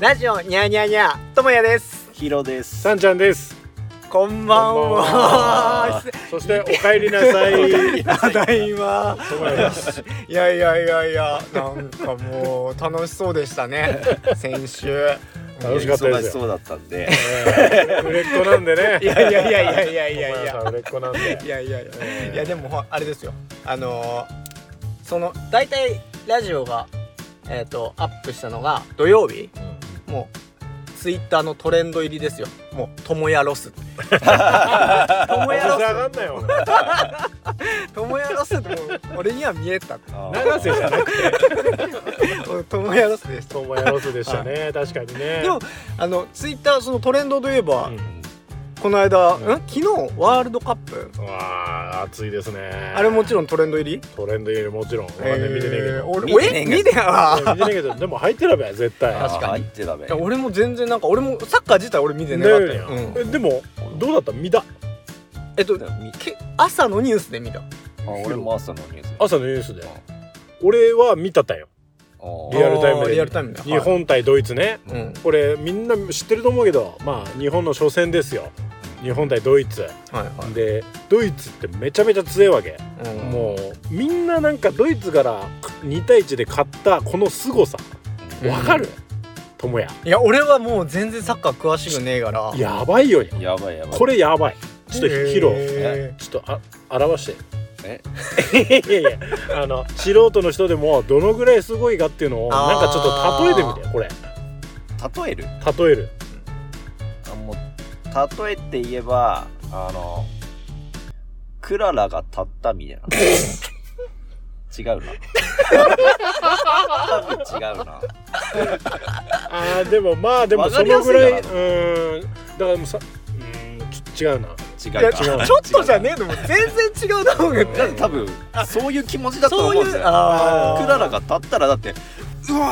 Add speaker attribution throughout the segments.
Speaker 1: ラジオニャーニャーニャーともやです
Speaker 2: ヒロです。
Speaker 3: さんちゃんです。
Speaker 1: こんばん
Speaker 3: こんばん
Speaker 1: は
Speaker 3: はそしてお帰りなさい。
Speaker 1: ただいま
Speaker 3: ともやです
Speaker 1: いやいやいやいやなんかもう楽しそうでした ね先週
Speaker 3: 楽しかった
Speaker 2: 忙
Speaker 3: で
Speaker 2: し
Speaker 3: すよ。
Speaker 2: そうだったんで。
Speaker 3: えー売れっ子なんでね。
Speaker 1: いやいやいやいやいやい
Speaker 3: い
Speaker 1: やいや
Speaker 3: 売れっ子なんで。
Speaker 1: いやいやいや
Speaker 3: えー
Speaker 1: いやでもほあれですよあのーその大体ラジオがえっ、とアップしたのが土曜日もうツイッターのトレンド入りですよもう「ともやロ ス」とも
Speaker 3: お
Speaker 1: やロ
Speaker 3: 上
Speaker 1: ス
Speaker 3: がんないよ。
Speaker 1: トモヤロスも俺には見えた。
Speaker 3: 長瀬じゃなくて、
Speaker 1: トモヤロスでした。
Speaker 3: ともやロスでしたね。確かにね。
Speaker 1: でもあのツイッターそのトレンドといえば、
Speaker 3: うん
Speaker 1: この間、
Speaker 3: うん
Speaker 1: ん、昨日ワールドカップ、
Speaker 3: わあ、暑いですね。
Speaker 1: あれもちろ
Speaker 3: ん。
Speaker 1: んトレンド入り。
Speaker 3: トレンドよりもちろん。俺はね見てねえけ
Speaker 1: えー
Speaker 3: ど。
Speaker 1: 俺
Speaker 2: 見て
Speaker 1: え
Speaker 2: ねえけど
Speaker 1: 見てな
Speaker 3: 見て
Speaker 1: か
Speaker 3: ねえけど、でも入ってれば 絶対。
Speaker 1: 確かに
Speaker 2: 入ってたべ
Speaker 1: った。俺も全然なんか俺もサッカー自体俺見てなかったよ。うん
Speaker 3: えでもどうだった見た
Speaker 1: えっとけ朝のニュースで見た。
Speaker 2: あ俺も朝のニュース。
Speaker 3: 朝のニュースで俺は見たったよ
Speaker 2: あ
Speaker 3: リアルタイムで
Speaker 1: あーリアルタイムで。
Speaker 3: 日本対ドイツね
Speaker 1: はい。うん。
Speaker 3: これみんな知ってると思うけどまあ日本の初戦ですよ日本対ドイツ
Speaker 1: はいは
Speaker 3: でドイツってめちゃめちゃ強いわけ
Speaker 1: い。うん
Speaker 3: もうみんななんかドイツから2対1で勝ったこの凄さ
Speaker 1: うん
Speaker 3: わかる智也
Speaker 1: いや俺はもう全然サッカー詳しくねえから。
Speaker 3: やばいよね
Speaker 2: やばいやばい。
Speaker 3: これやばいちょっと披露
Speaker 1: へ
Speaker 3: ちょっとあ表して
Speaker 2: え
Speaker 3: いやいやあの素人の人でもどのぐらいすごいかっていうのを
Speaker 1: あー
Speaker 3: なんかちょっと例えてみてよこれ
Speaker 2: 例える？
Speaker 3: 例える
Speaker 2: あもう例えて言えばあのクララが立ったみたい な。違うな。多分違うな。
Speaker 3: あーでもまあでも
Speaker 2: わか
Speaker 3: そ
Speaker 2: りや
Speaker 3: の
Speaker 2: すい
Speaker 3: ぐ
Speaker 2: な
Speaker 3: らいうーんだからもうさうーんち違うな
Speaker 2: 違う
Speaker 1: いや
Speaker 2: な。
Speaker 1: ちょちょっとじゃねえのもう全然違うと 思うけど。
Speaker 2: だって多分そういう気持ちだと思うんですよ。
Speaker 1: あー
Speaker 2: クララが立ったらだってうわ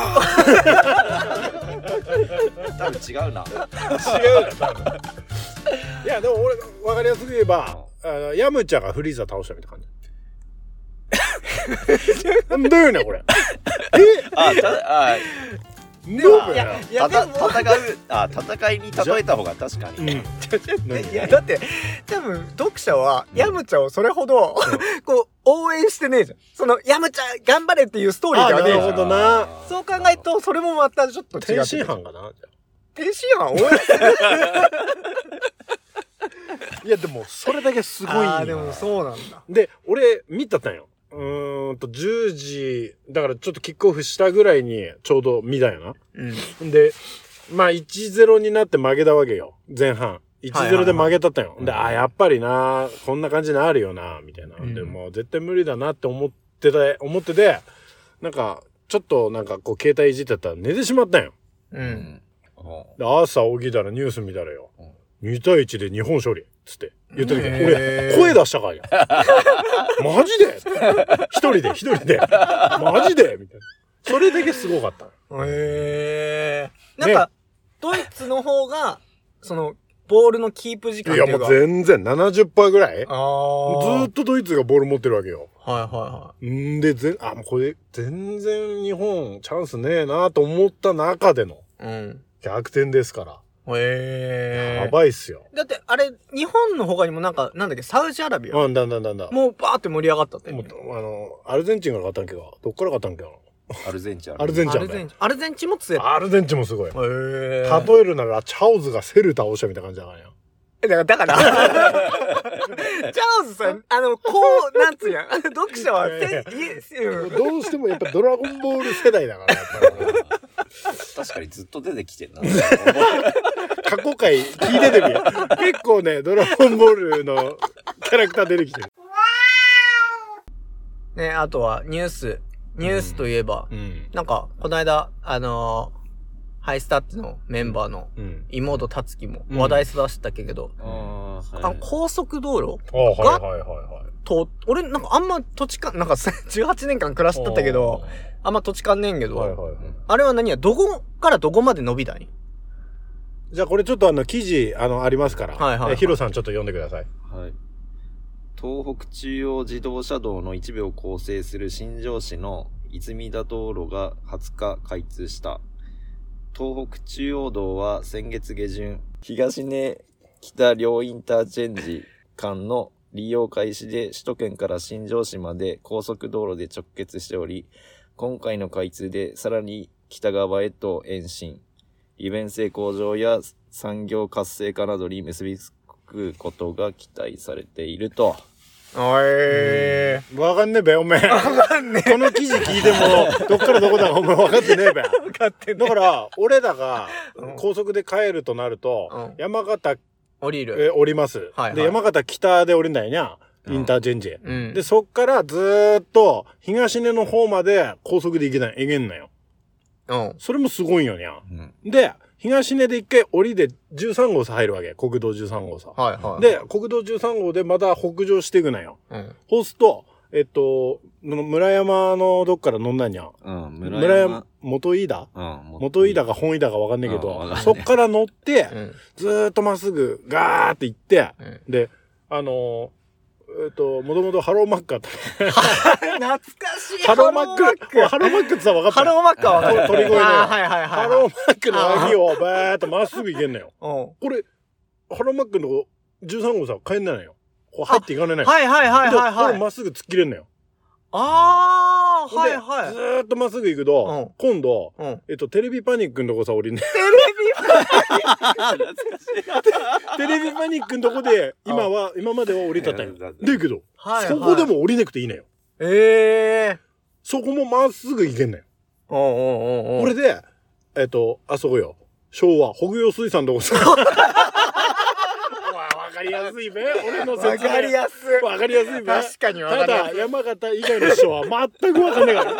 Speaker 2: ー多分違うな。
Speaker 3: 違うな多分いやでも俺分かりやすく言えばあのヤムチャがフリーザ倒したみたいな感じだよねこれ
Speaker 2: あたあ
Speaker 3: ね
Speaker 1: いやいや
Speaker 2: た
Speaker 1: で
Speaker 2: た
Speaker 1: も
Speaker 2: 戦うあ戦いに例えた方が確か に、
Speaker 3: 何
Speaker 1: いやだって多分読者はヤムチャをそれほど、 こう応援してねえじゃんそのヤムチャ頑張れっていうストーリーではねえじ
Speaker 3: あな
Speaker 1: ゃ
Speaker 3: る
Speaker 1: ん
Speaker 3: ほどな
Speaker 1: そう考えるとそれもまたちょっと違って
Speaker 3: 天津飯かなじゃ
Speaker 1: 天津飯応援する
Speaker 3: あいやでもそれだけすごい んよ
Speaker 1: あーでもそうなんだ
Speaker 3: で、俺、見たったんよ。うーんと、10時、だからちょっとキックオフしたぐらいに、ちょうど見たよ
Speaker 1: うん
Speaker 3: な。で、まあ、1-0になって負けたわけよ。前半。
Speaker 1: はいはいは
Speaker 3: 1-0
Speaker 1: い
Speaker 3: で負けたったんよ。
Speaker 2: うん
Speaker 3: で、あ、やっぱりな、こんな感じになるよな、みたいな。
Speaker 1: うん
Speaker 3: でも、絶対無理だなって思ってて、思ってて、なんか、ちょっとなんかこう、携帯いじってたら寝てしまったんよ。
Speaker 1: う
Speaker 2: うんんうん
Speaker 3: で朝起きたらニュース見たらよ。2対1で日本勝利っつって言った時
Speaker 1: へ
Speaker 3: に
Speaker 1: ー
Speaker 3: 俺声出したからや マジで一人で一人でマジでみたいなそれだけすごかった
Speaker 1: へえなんか、ドイツの方がそのボールのキープ時間っ
Speaker 3: い
Speaker 1: てい
Speaker 3: や
Speaker 1: うか
Speaker 3: もう全然70%ぐらいず
Speaker 1: ああ
Speaker 3: ーっとドイツがボール持ってるわけよ
Speaker 1: はいはいは
Speaker 3: んでぜんあもうこれ全然日本チャンスねえなと思った中での
Speaker 1: いうん
Speaker 3: 逆転ですから
Speaker 1: へえ
Speaker 3: やばいっすよ、
Speaker 1: だってあれ日本の他にもなんかなんだっけサウジアラビア
Speaker 3: うんだんだんだんだん
Speaker 1: もうバーって盛り上がったって
Speaker 3: もうあのアルゼンチンから勝ったんけどどっから勝ったんけど
Speaker 2: アルゼンチン
Speaker 3: アルゼン
Speaker 1: ア
Speaker 3: チ
Speaker 1: ル
Speaker 3: ン
Speaker 1: ゼ
Speaker 3: だ
Speaker 1: ン
Speaker 3: よ
Speaker 1: チンアルゼンチンも強い
Speaker 3: アルゼンチンもすごい
Speaker 1: え
Speaker 3: 例えるならチャオズがセル倒したみたいな感じだからよ。
Speaker 1: だからだ からチャオズさんあのこうなんつうやん読者はせいせうん
Speaker 3: どうしてもやっぱドラゴンボール世代だからやっぱり俺
Speaker 2: 確かにずっと出てきてん な
Speaker 3: 過去回聞いててみよ結構ねドラゴンボールのキャラクター出てきてる。
Speaker 1: ねあとはニュースニュースといえば、
Speaker 3: うん。
Speaker 1: なんかこの間あのーハイスタッチのメンバーの
Speaker 3: うん。
Speaker 1: 妹たつきも
Speaker 3: うん
Speaker 1: 話題育してたけど、
Speaker 2: あー
Speaker 1: あ
Speaker 2: は
Speaker 1: の
Speaker 2: い
Speaker 1: 高速道路
Speaker 3: あはいはいはいはい。
Speaker 1: と俺なんかあんま土地勘なんか18年間暮らしてたけどあんま土地勘ねえんけど、
Speaker 3: はいはいはい。
Speaker 1: あれは何やどこからどこまで伸びたい
Speaker 3: じゃあこれちょっとあの記事あのありますから、
Speaker 1: はいはいはい
Speaker 3: えヒロさんちょっと読んでください。
Speaker 2: はい東北中央自動車道の一部を構成する新庄市の泉田道路が20日開通した東北中央道は先月下旬、東根北両インターチェンジ間の利用開始で首都圏から新庄市まで高速道路で直結しており、今回の開通でさらに北側へと延伸、利便性向上や産業活性化などに結びつくことが期待されていると。
Speaker 1: おい
Speaker 3: わかんねえべ、おめえ。
Speaker 1: かんね
Speaker 3: この記事聞いても、どっからどこだかお前分かってねえべ。
Speaker 1: 買って
Speaker 3: だから、俺らが
Speaker 1: うん
Speaker 3: 高速で帰るとなると、
Speaker 1: うん
Speaker 3: 山形
Speaker 1: 降りる
Speaker 3: へ降ります。
Speaker 1: はいはい
Speaker 3: で、山形北で降りないにゃ、インターチェンジ。
Speaker 1: うん
Speaker 3: で、そっからずーっと東根の方まで高速で行けない、行けんのよ。
Speaker 1: うん
Speaker 3: それもすごいんよにゃ。
Speaker 2: うん。
Speaker 3: で、東根で一回降りで13号さ入るわけ、国道13号さ。
Speaker 1: はいはい
Speaker 3: で、国道13号でまた北上していくなよ。
Speaker 1: うん
Speaker 3: そうすると、えっと、の村山のどっから乗んなんにゃ。
Speaker 2: うん、村
Speaker 3: 村
Speaker 2: 山
Speaker 3: 山。、元飯田
Speaker 2: うん、
Speaker 3: 元飯田
Speaker 2: が。
Speaker 3: か本飯田かわかんないけ
Speaker 2: うんわかん
Speaker 3: ど、
Speaker 2: ない
Speaker 3: そっから乗って
Speaker 1: う、ん
Speaker 3: ずーっとまっすぐガーって行って、
Speaker 1: うん
Speaker 3: で、あのー、えっと、もともとハローマッカーって。
Speaker 1: 懐かしい
Speaker 3: ハローマックハローマックってさ、分かった
Speaker 1: ハローマックは分かる
Speaker 3: 鳥越の
Speaker 1: あーはいはいはい
Speaker 3: ハローマックの脇をバーっとまっすぐ行けんのよ。
Speaker 1: うん
Speaker 3: これ、ハローマックのとこ13号さ、帰んないのよ。こう入っていかないのよ。
Speaker 1: はいはいはいはい
Speaker 3: こ
Speaker 1: は
Speaker 3: れ
Speaker 1: い
Speaker 3: まっすぐ突っ切れんのよ。
Speaker 1: ああはいは
Speaker 3: でず
Speaker 1: い
Speaker 3: ーっとまっすぐ行くと、今度、
Speaker 1: うん
Speaker 3: えっと、テレビパニックのとこさ、降りんね。
Speaker 1: テレビ
Speaker 3: テレビパニックのとこで、今は、今までは降りたったんよ。
Speaker 2: うん
Speaker 3: でいいけど、
Speaker 1: はいはい
Speaker 3: そこでも降りなくていいのよ。
Speaker 1: ええ
Speaker 3: そこもまっすぐ行けんのよ。
Speaker 1: おうんうんうんうん
Speaker 3: これで、えっと、あそこよ。昭和、北洋水産のとこさ。 わわかりやすいべ。俺の
Speaker 1: わかりやすい
Speaker 3: わかりやすいべ。
Speaker 1: 確かにわか
Speaker 3: た
Speaker 1: りや
Speaker 3: だ
Speaker 1: すい
Speaker 3: 山形以外の人は全く分かんないからっ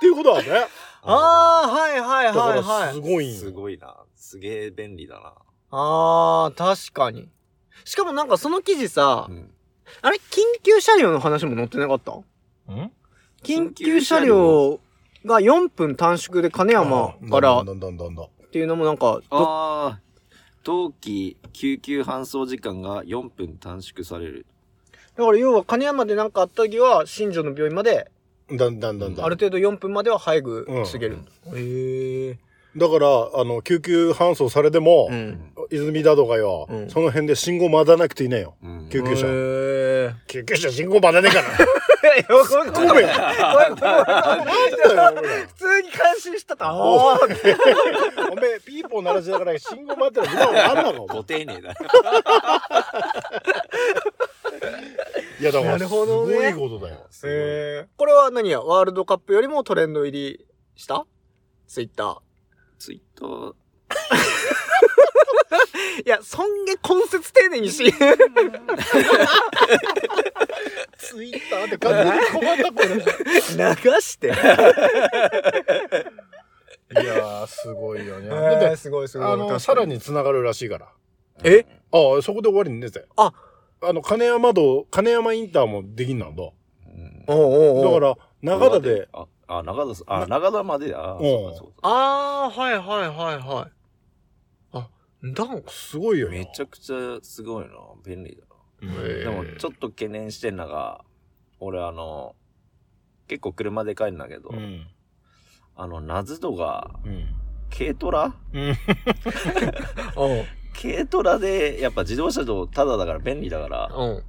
Speaker 3: ていうことはね
Speaker 1: ああはいはい
Speaker 3: だか
Speaker 1: はい
Speaker 3: ら
Speaker 1: は
Speaker 3: す
Speaker 1: い
Speaker 3: ごいん
Speaker 2: す
Speaker 3: よ
Speaker 2: ごいな。すげえ便利だな。
Speaker 1: あー確かにしかもなんかその記事さ
Speaker 2: うん
Speaker 1: あれ緊急車両の話も載ってなかった緊急車両が4分短縮で金山から
Speaker 3: どんどんどんどんどん
Speaker 1: っていうのもなんかど
Speaker 2: ああ、冬季救急搬送時間が4分短縮される。
Speaker 1: だから要は金山でなんかあった時は新庄の病院まで
Speaker 3: だんだんだんだ
Speaker 1: あ
Speaker 3: ん
Speaker 1: る程度4分までは早く
Speaker 3: うん
Speaker 1: 過ぎる、へえ
Speaker 3: だからあの救急搬送されても、
Speaker 1: ん
Speaker 3: 泉田とかよ、
Speaker 1: うん
Speaker 3: その辺で信号待たなくていいねよ
Speaker 2: うん
Speaker 3: 救急車
Speaker 1: へー
Speaker 3: 救急車信号待たねえから
Speaker 1: いや ごめんごめんごめん
Speaker 3: なんだよ
Speaker 1: 普通に感心したとあー
Speaker 3: おめえおめえピーポー鳴らしながら信号待ってるの何なのお前
Speaker 2: ご丁寧だ。
Speaker 3: いやだから
Speaker 1: なるほどね
Speaker 3: すごいことだよ
Speaker 2: すごい
Speaker 1: へーこれは何やワールドカップよりもトレンド入りしたツイッター
Speaker 2: ツイッター、
Speaker 1: いや、そんげ根節丁寧にし。
Speaker 3: ツイッターって完全に困ったこ
Speaker 1: 流して。
Speaker 3: れいやーすごいよねだって
Speaker 1: えーすごいす
Speaker 3: あの、さら。に繋がるらしいから。
Speaker 1: え
Speaker 3: ああ、そこで終わりに出てたよ。
Speaker 1: あ
Speaker 3: あの、金山道、金山インターもできんなんだ。
Speaker 2: うん
Speaker 1: おうおうお
Speaker 3: だ
Speaker 1: う
Speaker 3: から、長田で、。
Speaker 2: あ、あ長田す、あ、長田までだ。あ
Speaker 3: ん
Speaker 2: そうかそうか
Speaker 1: あー、はいはいはいはい。あ、だん。
Speaker 3: すごいよね。
Speaker 2: めちゃくちゃすごいな。便利
Speaker 3: へ
Speaker 2: だ
Speaker 3: え
Speaker 2: な。でも、ちょっと懸念してんのが、俺あの、結構車で帰るんだけど
Speaker 3: う、ん。
Speaker 2: あの、謎度が、
Speaker 3: うん。
Speaker 2: 軽トラ
Speaker 3: うん。
Speaker 1: うん。
Speaker 2: 軽トラで、やっぱ自動車道タダだから便利だから、
Speaker 1: うん。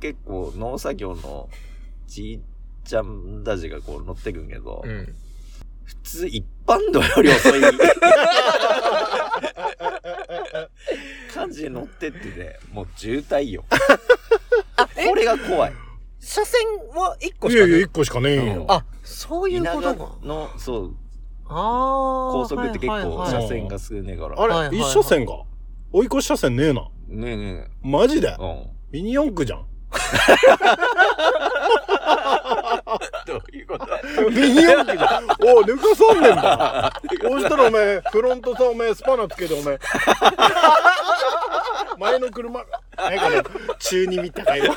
Speaker 2: 結構農作業のじいちゃんたちがこう乗ってくんけど、
Speaker 1: うん。
Speaker 2: 普通一般道より遅い感じで乗ってってて、もう渋滞 よ。これが怖い。
Speaker 1: 車線は1個
Speaker 3: い
Speaker 1: しか
Speaker 3: や
Speaker 1: ないい
Speaker 3: や、一個しかねえよ。
Speaker 1: あ、そういう
Speaker 2: 田
Speaker 1: こ
Speaker 2: 舎
Speaker 1: とか。
Speaker 2: の、そう、
Speaker 1: あー。
Speaker 2: 高速って結
Speaker 1: はい
Speaker 2: 構
Speaker 1: はいは
Speaker 2: 車
Speaker 1: い
Speaker 2: 線が少ねえから。
Speaker 3: あれ、
Speaker 1: はいはいはい
Speaker 3: 一車線か。追い越し車線ねえな。
Speaker 2: ねえね
Speaker 3: マジで
Speaker 2: え。うん。
Speaker 3: ミニ四駆じゃん。
Speaker 2: どういうこと
Speaker 3: ミニ四駆じゃん。おい、抜かさんねえんだ。こうしたらお前、フロントさ、お前、スパナつけてお前。前の車、なんかね、中二みたいな。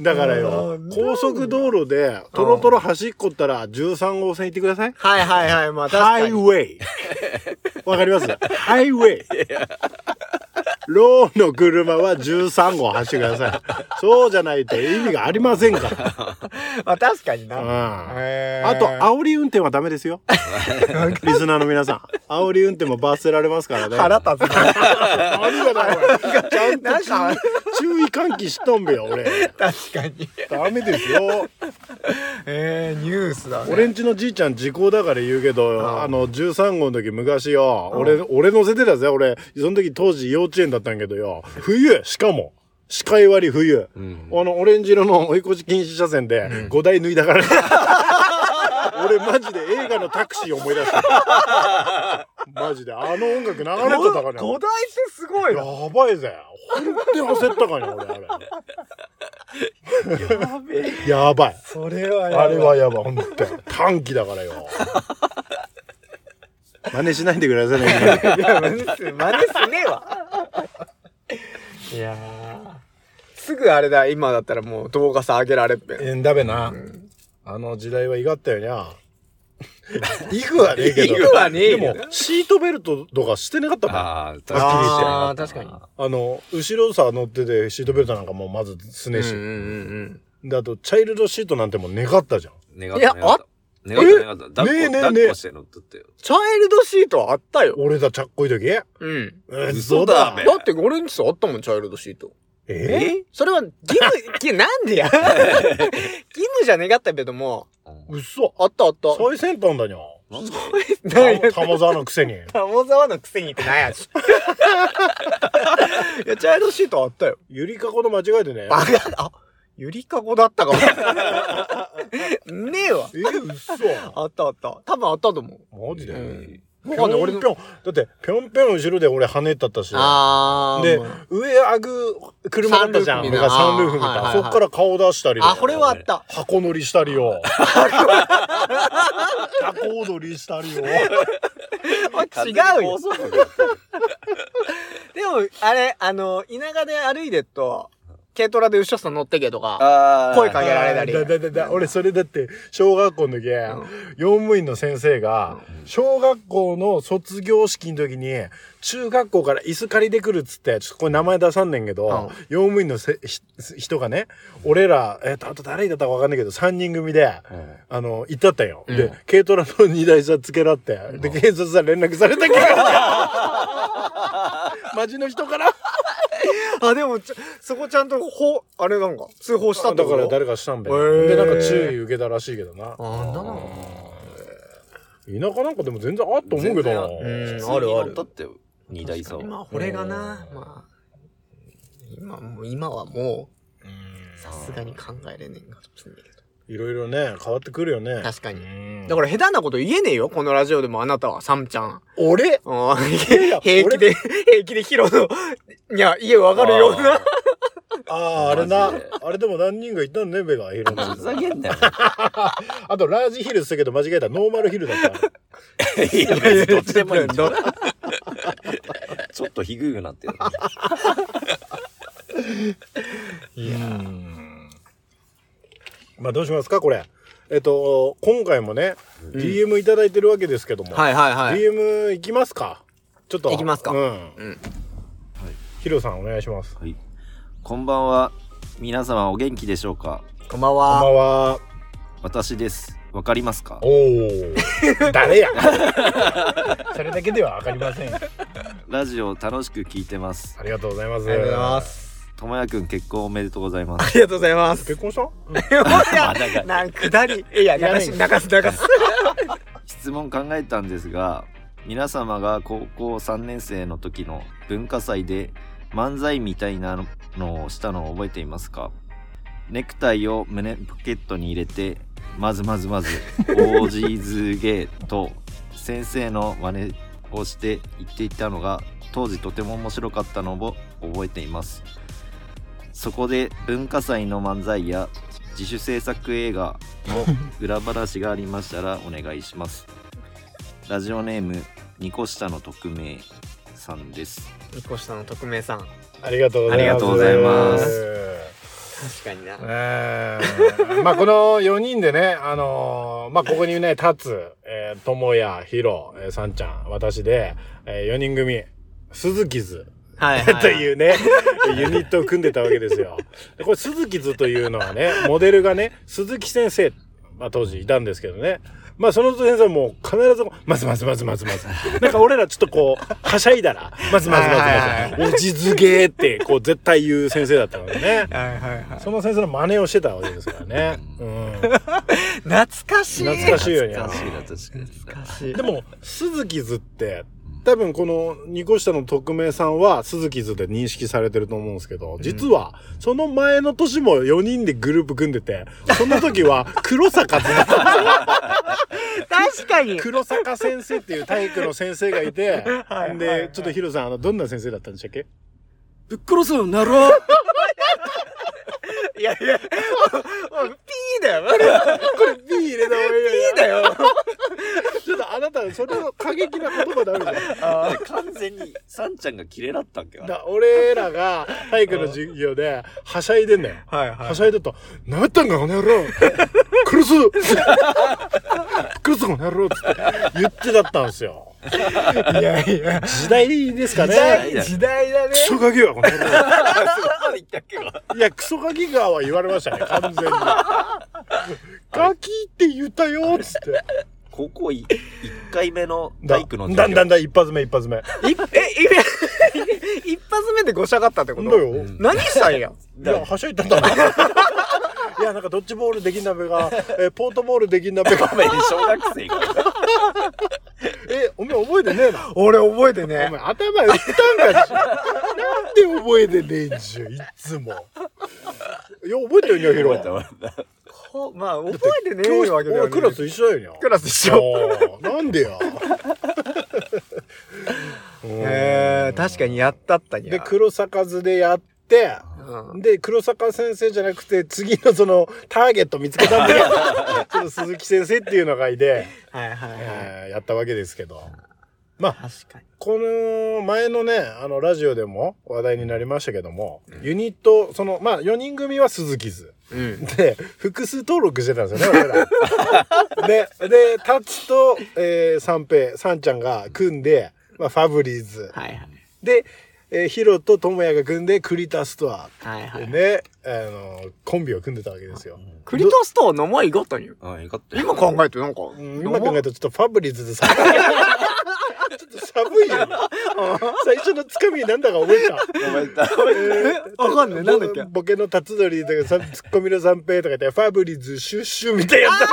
Speaker 3: だからよ、高速道路で、トロトロ走っこったら、13号線行ってください。
Speaker 1: はいはいはい、まあ確
Speaker 3: ハ
Speaker 1: かに。
Speaker 3: イウェイ。わかりますハイウェイ。ローの車は13号走ってください。そうじゃないと意味がありませんか
Speaker 1: まあ確かにな、
Speaker 3: ら。うん
Speaker 1: へー
Speaker 3: あと、煽り運転はダ メですよ。リスナーの皆さん。煽り運転も罰せられますからね。
Speaker 1: 腹立つな
Speaker 3: 何がだよ、おいちゃんと
Speaker 1: なんか
Speaker 3: 注意喚起しとんべよ、俺。
Speaker 1: 確かに
Speaker 3: ダメですよ。
Speaker 1: えー、ニュースだね
Speaker 3: 俺んちのじいちゃん時効だから言うけど、
Speaker 1: ん
Speaker 3: あの13号の時昔よ、
Speaker 1: うん
Speaker 3: 俺俺乗せてたぜ俺その時当時幼稚園だったんやけどよ冬しかも視界割り冬、あのオレンジ色の追い 越し禁止車線で5台脱いだから、 俺マジで映画のタクシー思い出したマジであの音楽流れてた
Speaker 1: こ
Speaker 3: からね
Speaker 1: 五台ってすごいな
Speaker 3: やばいぜ本当に焦ったからね俺あれ
Speaker 1: やべえ
Speaker 3: やばい
Speaker 1: それはやば
Speaker 3: あ
Speaker 1: い
Speaker 3: れはやばい、本当に短期だからよ。 真似しないでください
Speaker 1: い
Speaker 3: ね。
Speaker 1: や、真似す、真似すねえわ。いやー。すぐあれだ、今だったらもう動画さ上げられっぺ。
Speaker 3: えんだべな。あの時代は意がったよに ゃ。イグはねえけど。
Speaker 1: イグはねえよ
Speaker 3: でも、シートベルトとかしてなかったもん。あ
Speaker 2: ああ、確
Speaker 1: あー
Speaker 2: かにしてなかっ
Speaker 3: の、後ろさ、乗ってて、シートベルトなんかもうまずすねえし。
Speaker 1: ん
Speaker 3: で、あと、チャイルドシートなんてもう願ったじゃん。
Speaker 2: た。
Speaker 1: いや
Speaker 2: 願った。願った、願った。抱っこ、
Speaker 3: えねえねえねえ
Speaker 2: 抱っこして乗っとってよ。
Speaker 1: チャイルドシートあったよ。
Speaker 3: 俺だ、ちゃっこい時。
Speaker 1: うん。
Speaker 2: 嘘だべ
Speaker 1: だって俺んちさあったもん、チャイルドシート。
Speaker 3: え
Speaker 1: それは義務、 ぎなんでや義務じゃねがったけども、
Speaker 2: うん
Speaker 3: 嘘
Speaker 1: あったあった。
Speaker 3: 最先端だにゃ。
Speaker 2: なんで
Speaker 1: なんや
Speaker 3: 玉沢のく せに。
Speaker 1: 鴨沢のくせにってなんや し。いや、チャイルドシートあったよ。
Speaker 3: ゆりかごの間違いでね。
Speaker 1: バカ だ。あ、ゆりかごだったかもしれない。ねえわ。
Speaker 3: え、嘘。
Speaker 1: あったあった。多分あったと思う。
Speaker 3: マジで、
Speaker 1: うん
Speaker 3: わかんない俺のぴょんだってぴょんぴょん後ろで俺跳ねたったし
Speaker 1: あ
Speaker 3: で上あぐ車だったじゃん
Speaker 1: サンルーフみたいな
Speaker 3: 昔サンルーフみたい
Speaker 1: あーはは
Speaker 3: ない
Speaker 1: いはい
Speaker 3: そっから顔出したりだよ
Speaker 1: あ、これはあった。
Speaker 3: 箱乗りした りよ箱踊りしたりよ
Speaker 1: 違うよ。
Speaker 2: 完全に高速だよ
Speaker 1: でも、あれ、あの、田舎で歩いてっと、軽トラで後ろさ乗ってけとか、
Speaker 2: ああ。
Speaker 1: 声かけられたり。
Speaker 3: だだだだ俺それだって小学校の時、用務員の先生が小学校の卒業式の時に中学校から椅子借りてくるっつってちょっとこれ名前出さんねんけど、
Speaker 1: うん
Speaker 3: 用務員のせひ人がね俺ら、えっとあと誰だったかわかんないけど3人組で。
Speaker 2: うん
Speaker 3: あの、行ったったんよ。
Speaker 1: うん
Speaker 3: で、軽トラの荷台さ、つけらって。で、警察さ、連絡されたけど。街の人から。
Speaker 1: あ、でもちょ、そこちゃんと、ほ、あれなんか、通報したって
Speaker 3: だ
Speaker 1: こ
Speaker 3: か
Speaker 1: と
Speaker 3: ら誰かしたんべ。
Speaker 1: へー
Speaker 3: で、なんか注意受けたらしいけどな。
Speaker 1: あ、なんだな。
Speaker 3: 田舎なんかでも全然あっと思うけどな。
Speaker 2: 全
Speaker 1: うん
Speaker 2: 普通
Speaker 1: あるある
Speaker 2: に乗ったってよ二台差を
Speaker 1: まあ、これがな、まあ、今、もう今はもう、さすがに考えれねえんかもしんないけど。
Speaker 3: いろいろね、変わってくるよね。
Speaker 1: 確かに
Speaker 3: に
Speaker 1: だから下手なこと言えねえよ、このラジオでもあなたは、サムちゃん。
Speaker 3: 俺
Speaker 1: あ
Speaker 3: いや
Speaker 1: ー 平気で、平気でヒロの、いや、家わかるような。
Speaker 3: ああ、あれな
Speaker 2: マジで。
Speaker 3: あれでも何人かいたんね、べが。いろん
Speaker 2: あー
Speaker 3: な
Speaker 2: ふざけんなよ。
Speaker 3: あと、ラージヒルっすけど、間違えた。ノーマルヒルだった。
Speaker 2: いや、別にどっちでもいいん だよ。ちょっとひぐいなってる。
Speaker 1: いやー、
Speaker 3: まあどうしますかこれ。えっと、今回もね、DM いただいてるわけですけども。
Speaker 1: はいはいはい。
Speaker 3: DM いきますかちょっと。
Speaker 1: いきますか
Speaker 3: うん。ヒロさんお願いします。
Speaker 2: はい。こんばんは。皆様お元気でしょうか
Speaker 1: こんばん
Speaker 3: こんば
Speaker 1: は。
Speaker 3: んは。
Speaker 2: 私です。わかりますか
Speaker 3: おお。誰やそれだけではわかりません。あ
Speaker 2: ラジオ楽しく聞いてます。
Speaker 3: りがとうございます。
Speaker 1: ありがとうございま。す。
Speaker 2: ともやくん結婚おめでとうございま
Speaker 1: あ
Speaker 2: す。
Speaker 1: りがとうございます。
Speaker 3: 結婚したうん
Speaker 1: いや
Speaker 2: あなんか
Speaker 1: なんか下り、いや、
Speaker 3: いや
Speaker 1: 流し、流す、流す。
Speaker 2: 質問考えたんですが、皆様が高校3年生の時の文化祭で漫才みたいなのをしたのを覚えていますかネクタイを胸ポケットに入れて、まずまずまず、オージーズーゲーと先生の真似をして言っていたのが当時とても面白かったのを覚えています。そこで文化祭の漫才や自主制作映画の裏話がありましたらお願いします。ラジオネーム、ニコシタの匿名さんです。
Speaker 1: みこしたの匿名さん。
Speaker 3: ありがとうござい
Speaker 2: あ
Speaker 3: ます。
Speaker 2: りがとうございます
Speaker 1: 確かにな。
Speaker 3: えーまあこの4人でね、あのーまあここにね、立つ、えー、ともや、ひろ、えーさんちゃん、私で、え4人組、鈴木図、
Speaker 1: はいはい、
Speaker 3: とい うね、ユニットを組んでたわけですよ。でこれ、鈴木図というのはね、モデルがね、鈴木先生、まあ当時いたんですけどね。まあその先生も必ず、まずまずまずまずまず。なんか俺らちょっとこう、はしゃいだら、まずまずまずまず。おじづげーって、こう絶対言う先生だったのでね。
Speaker 1: はいはいはい
Speaker 3: その先生の真似をしてたわけですからね。うん。
Speaker 1: 懐かしい
Speaker 3: 懐かしいよ
Speaker 2: 懐かしい
Speaker 3: ね。
Speaker 2: な、確かに。
Speaker 1: 懐かしい
Speaker 3: でも、鈴木図って、多分このニコシタの匿名さんは鈴木図で認識されてると思うんですけど、実は、その前の年も4人でグループ組んでて、その時 は黒坂ずっと
Speaker 1: 確かに
Speaker 3: 黒坂先生っていう体育の先生がい て、で、ちょっとヒロさん、あの、どんな先生だったんでしたっけ
Speaker 4: ぶっ殺すよなろう
Speaker 1: いやいやピーだよこれ
Speaker 3: これ B 入れた方がいいよ
Speaker 1: ピーだよ
Speaker 3: ちょっとあなた、それの過激な言葉ダメじゃん。
Speaker 2: 完全に、サンちゃんがキレだったんけど。
Speaker 3: だ俺らが体育の授業ではしゃいでんだよ。
Speaker 1: はいはい
Speaker 3: はしゃいでた。何やったんか、この 野郎殺す殺すこの野郎つって言ってだったんですよ。
Speaker 1: いやいや
Speaker 3: 時代ですか
Speaker 1: 時
Speaker 3: ね。
Speaker 1: 代時代だね
Speaker 3: クソガキはこの野 郎。
Speaker 2: で言ったっけか。
Speaker 3: いや、クソガキ側は言われましたね、完全に。ガキって言ったよつって。
Speaker 2: 高校い一回目の体育の
Speaker 3: だんだん
Speaker 2: だ。
Speaker 3: だん一発目一発目。
Speaker 1: いえい 一発目でごしゃがったってこ
Speaker 3: なん
Speaker 1: と
Speaker 3: だよ。
Speaker 1: 何したんや
Speaker 3: いや、はしゃいだったんだ。いや、なんかドッジボールできんなべが、えーポートボールできんなべが、
Speaker 2: お前小学生か。
Speaker 3: え、お前覚えてねえな。
Speaker 1: 俺覚えて
Speaker 3: お前
Speaker 1: ね
Speaker 3: 頭打ったんかしなんで覚えてねえんじゃいつも。いや、覚えてるよ、ヒロ。
Speaker 2: 覚えた
Speaker 1: ほまあ覚えてね
Speaker 3: 教
Speaker 1: え
Speaker 3: 室、
Speaker 1: わけだよ
Speaker 3: 俺
Speaker 1: ね
Speaker 3: クラス一緒だよにゃ。
Speaker 1: クラス一緒
Speaker 3: 緒。なんでや。
Speaker 1: へえ確かにやったったにゃ
Speaker 3: で、黒坂図でやって、
Speaker 1: うん
Speaker 3: で、黒坂先生じゃなくて、次のその、ターゲット見つけたんだよ。ちょっと鈴木先生っていうのがいて、
Speaker 1: はいはいはい
Speaker 3: えーやったわけですけど。まあ、
Speaker 1: 確かに
Speaker 3: この前のね、あの、ラジオでも話題になりましたけども、ユニット、その、まあ、4人組は鈴木図。
Speaker 1: うん
Speaker 3: で、複数登録してたんですよね、俺ら。で、で、タツと、えー、三平、三ちゃんが組んで、まあ、ファブリーズ。
Speaker 1: はいはい
Speaker 3: で、えー、ヒロとトモヤが組んで、クリタスとは、
Speaker 1: はいは
Speaker 3: で
Speaker 1: い
Speaker 3: ね、あの、コンビを組んでたわけですよ。
Speaker 1: クリトスと名前いがったんよ
Speaker 2: あ、よかった。
Speaker 1: 今考えてなんか
Speaker 3: うん今考えるとちょっとファブ リーズでさ、ちょっと寒いよ。最初のつかみなんだか覚えた。
Speaker 2: 覚えた。
Speaker 1: わかんねえなんだっけ
Speaker 3: ボボケのタツノリとかさツッコミの三平とか言ってファブリーズシュッシュみたいなやつ
Speaker 1: っ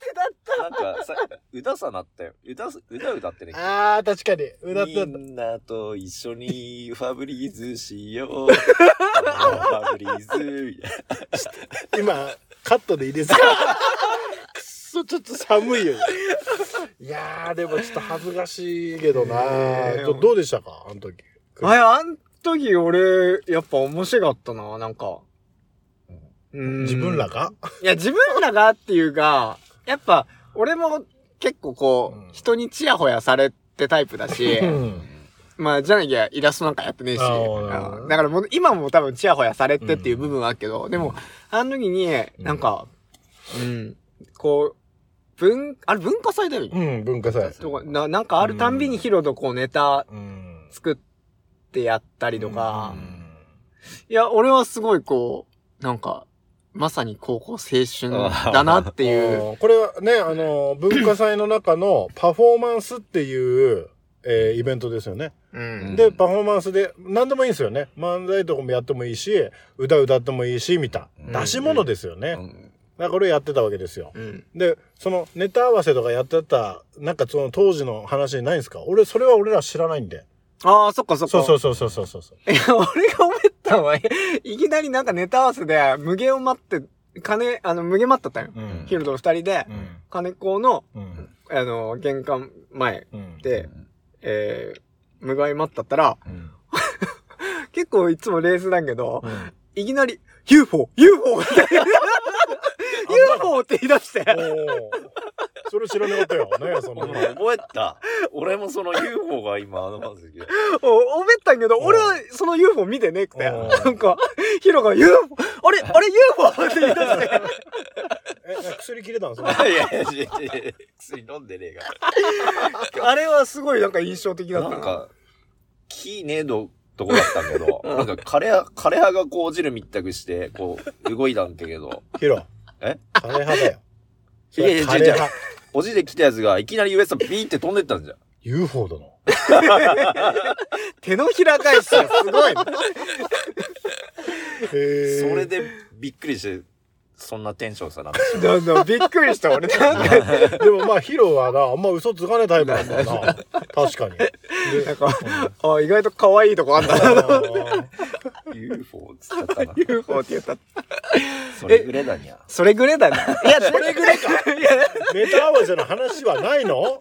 Speaker 1: てた
Speaker 2: なんかさ、歌さなったよ。歌す、歌歌ってね。
Speaker 3: あー確かに歌ってたんだ
Speaker 2: みんなと一緒にファブリーズしよう。フ ァブリーズ。
Speaker 3: 今カットでい いですかくっそちょっと寒いよいやーでもちょっと恥ずかしいけどな、
Speaker 1: えー
Speaker 3: どどうでしたかあの時
Speaker 1: あれ、あん時俺、やっぱ面白かったな、なんか。うん
Speaker 3: 自分らが
Speaker 1: いや、自分らがっていうか、やっぱ、俺も結構こう、
Speaker 3: うん
Speaker 1: 人にチヤホヤされてタイプだし、
Speaker 3: うん
Speaker 1: まあ、じゃなきゃイラストなんかやってねえし、
Speaker 3: あーなるほど
Speaker 1: うんだからもう、今も多分チヤホヤされてっていう部分はあるけど、でも、あの時に、なんか、うん、こう、文、あれ文化祭だよね、
Speaker 3: うん文化祭
Speaker 1: とかな、なんかあるたんびにヒロとこうネタ
Speaker 3: うん
Speaker 1: 作ってやったりとか、
Speaker 3: うん
Speaker 1: いや、俺はすごいこう、なんか、まさに高校青春だなっていう。
Speaker 3: あーこれはね、あの、文化祭の中のパフォーマンスっていう、えーイベントですよね。
Speaker 1: うん。
Speaker 3: で、パフォーマンスで、何でもいいんですよね。漫才とかもやってもいいし、歌歌ってもいいし、みたいな。出し物ですよね。だからこれやってたわけですよ。
Speaker 1: うん。
Speaker 3: で、そのネタ合わせとかやってた、なんかその当時の話ないんですか俺、それは俺ら知らないんで。
Speaker 1: ああ、そっかそっか。
Speaker 3: そうそううそうそうそうそう。
Speaker 1: そう。 俺が思ったのは、いきなりなんかネタ合わせで、無限を待って、金、あの、無限待ったったんよ。
Speaker 3: うん
Speaker 1: ヒルと二人で、
Speaker 3: うん。
Speaker 1: 金子の、
Speaker 3: うん。
Speaker 1: あの、玄関前
Speaker 3: うん。
Speaker 1: で、えー、無限待ったったら、
Speaker 3: うん、
Speaker 1: 結構いつもレースだけど、
Speaker 3: うん。
Speaker 1: いきなり、UFO! UFO! って UFO って言い出して、
Speaker 3: おーそれ知らなかったよ。ねそんなの。
Speaker 2: 覚えた。俺もその UFO が今、あのまず
Speaker 1: お、おべったんやけど、
Speaker 3: うん
Speaker 1: 俺はその UFO 見てねえくて、
Speaker 3: うん
Speaker 1: なんか、ヒロが UFO、あれ、あれ UFO って言い出して、
Speaker 3: え、薬切れたんですか
Speaker 2: いやいやいやいや、薬飲んでねえか
Speaker 1: あれはすごいなんか印象的だ
Speaker 2: ら。
Speaker 1: った
Speaker 2: なんか、木ねえどとこだったけど、なんか枯れ葉、枯れ葉がこう落ちる密着して、こう、動いたんだけど、
Speaker 3: ヒロ。
Speaker 2: え
Speaker 3: 枯葉だよ。
Speaker 2: いやいや
Speaker 3: それ
Speaker 2: 違う違
Speaker 3: 枯
Speaker 2: う
Speaker 3: 葉。
Speaker 2: 落ちてきたやつがいきなり上さ、ビーって飛んでったんじゃん。
Speaker 3: UFO だな。
Speaker 1: 手のひら返しがすごいね
Speaker 3: それ
Speaker 2: それでびっくりして、そんなテンションさ、なんか。
Speaker 1: なんだびっくりした俺なんか
Speaker 3: でもまあヒロはな、あんま嘘つかねえタイプなんだな。確かに。で
Speaker 1: なんかあ意外と可愛いとこあんだな
Speaker 2: UFO っつっちゃったな。
Speaker 1: UFO って言った
Speaker 2: それぐらいだにゃ。
Speaker 1: それぐらいだねいやそれぐらいか
Speaker 3: ネタ合わせの話はないの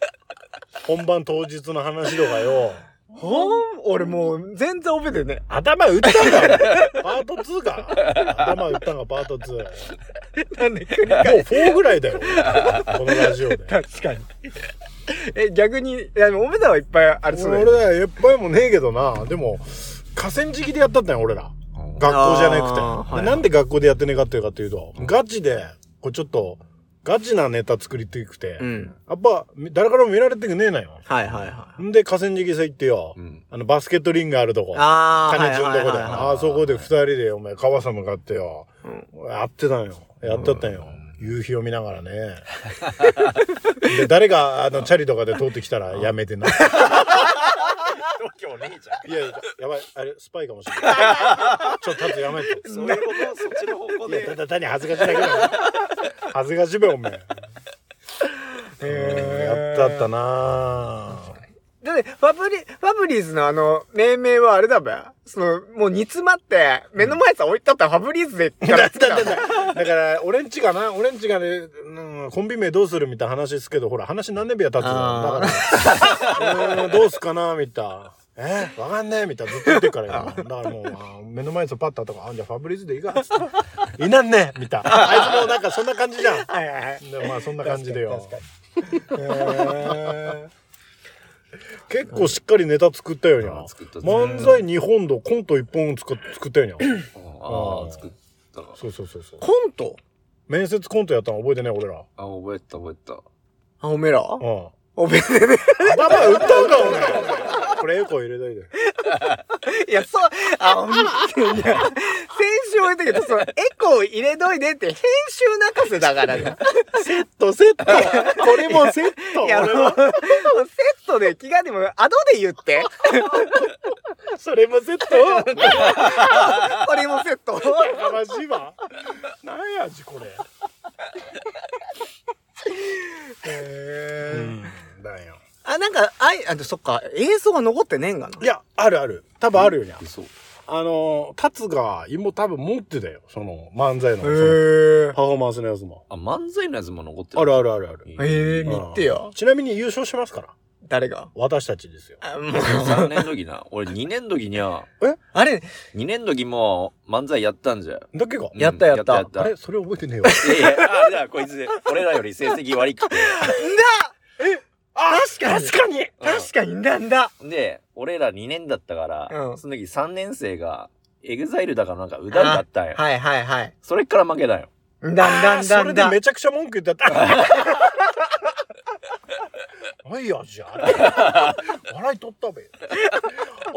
Speaker 3: 本番当日の話とかよ。
Speaker 1: ほん俺もう全然覚えてね
Speaker 3: 頭打ったんだパート2か頭打ったんがパート2。もう
Speaker 1: なんで繰り返
Speaker 3: 4ぐらいだよ。このラジオで。
Speaker 1: 確かにえ逆にいやでもおめでたはいっぱいありそうだ
Speaker 3: 俺
Speaker 1: よね
Speaker 3: らいっぱいもねえけどな。でも、河川敷でやったんだよ、俺ら。学校じゃなくて、
Speaker 1: あーはい
Speaker 3: なんで学校でやってねえかっていうかっていうと、ガチでこうちょっとガチなネタ作りてくて、
Speaker 1: うん
Speaker 3: やっぱみ誰からも見られてくねえなよ
Speaker 1: はいはいはい
Speaker 3: んで河川敷さ行ってよ、
Speaker 2: うん。
Speaker 3: あのバスケットリングあるとこ
Speaker 1: ああ
Speaker 3: 金ちゅんとこで、
Speaker 1: はいはいはい
Speaker 3: あそこで二人でお前川さ向かってよ、やってたんよやってたんよ、夕日を見ながらね で誰があのチャリとかで通ってきたらやめてな
Speaker 2: 今日ねえじゃん。
Speaker 3: いやいややばいあれスパイかもしれないちょっと立つやめて
Speaker 2: そういうこと、そっちの方向
Speaker 3: いや、た
Speaker 2: で。
Speaker 3: だ単に恥ずかしいだけだよ。恥ずかしいべ、おめえ。やったあったなぁ
Speaker 1: だって、ファブリ、ファブリーズのあの、命名はあれだべ。その、もう煮詰まって、目の前さ置いてあったらファブリーズでからつけたんだ。
Speaker 3: だから、俺んちがな、俺んちがね、うん、コンビ名どうするみたいな話ですけど、ほら、話何年目や経つの
Speaker 1: あ
Speaker 3: だから、うーん、どうすかなみたいな。えわかんねえみたいな。ずっと言ってるからよ。だからもうあ、目の前にさパッとあったから、あ、じゃあファブリーズでいいかっつって。いなんねえみたいな。あいつもなんかそんな感じじゃん。
Speaker 1: はいはいはい。
Speaker 3: でまあそんな感じでよ
Speaker 1: 確かに。
Speaker 3: へー結構しっかりネタ作ったよにゃ
Speaker 2: あ作った
Speaker 3: 漫才2本とコント1本作っ作ったよにゃ
Speaker 2: ああ、作った。
Speaker 3: そうそうそうそう
Speaker 1: コント
Speaker 3: 面接コントやったの覚えてね俺ら
Speaker 2: あ、覚えた覚えた。
Speaker 1: あ、おめら
Speaker 3: うん
Speaker 1: おめでね。
Speaker 3: 頭打ったんかお前これエコー入れないで
Speaker 1: いや、そう、あ、おめいや、先週も言ったけど、その、エコー入れといでって、編集泣かせだからね。
Speaker 3: セットセットこれもセット
Speaker 1: いや、もう、
Speaker 3: 俺
Speaker 1: もう
Speaker 3: は
Speaker 1: セットで気がでも、後で言って。
Speaker 3: それもセット
Speaker 1: これもセット。
Speaker 3: やかましいわなんやじこれ
Speaker 1: へー
Speaker 3: うんなんや
Speaker 1: あ、なんか、あい、あ、そっか、映像が残ってねえんがな。
Speaker 3: いやあるある多分あるよにゃ
Speaker 2: 嘘。
Speaker 3: あの達が今多分持ってたよその漫才のその
Speaker 1: へえ。
Speaker 3: パフォーマンスのやつも
Speaker 2: あ、漫才のやつも残ってる。
Speaker 3: あるあるあるある
Speaker 1: ええ
Speaker 3: うん
Speaker 1: 見てよ。
Speaker 3: ちなみに優勝しますから
Speaker 1: 誰が
Speaker 3: 私たちですよ
Speaker 1: あ、もう。
Speaker 2: 3年時な。 俺2年時にゃ、
Speaker 1: あれ、
Speaker 2: 2年時も漫才やったんじゃ。
Speaker 3: だっけか
Speaker 2: うん
Speaker 1: やったやった
Speaker 2: やった
Speaker 3: あ
Speaker 2: や
Speaker 3: れ
Speaker 2: っ
Speaker 3: それ覚えてねえわ
Speaker 2: た。いやいや、あ、じゃあこいつ、俺らより成績悪くて。
Speaker 1: あ確かに確かに確かになんだ
Speaker 2: で、俺ら2年だったから、
Speaker 1: うん
Speaker 2: その時3年生が、エグザイルだからなんか歌だったんよ。
Speaker 1: はいはいはい。
Speaker 2: それから負けだよ。
Speaker 1: んだんだ
Speaker 3: あ
Speaker 1: ん
Speaker 3: そ
Speaker 1: だ
Speaker 3: れ
Speaker 1: ん
Speaker 3: で
Speaker 1: だん
Speaker 3: め。ちゃくちゃ文句言ってたはいやじゃあ笑い取ったべ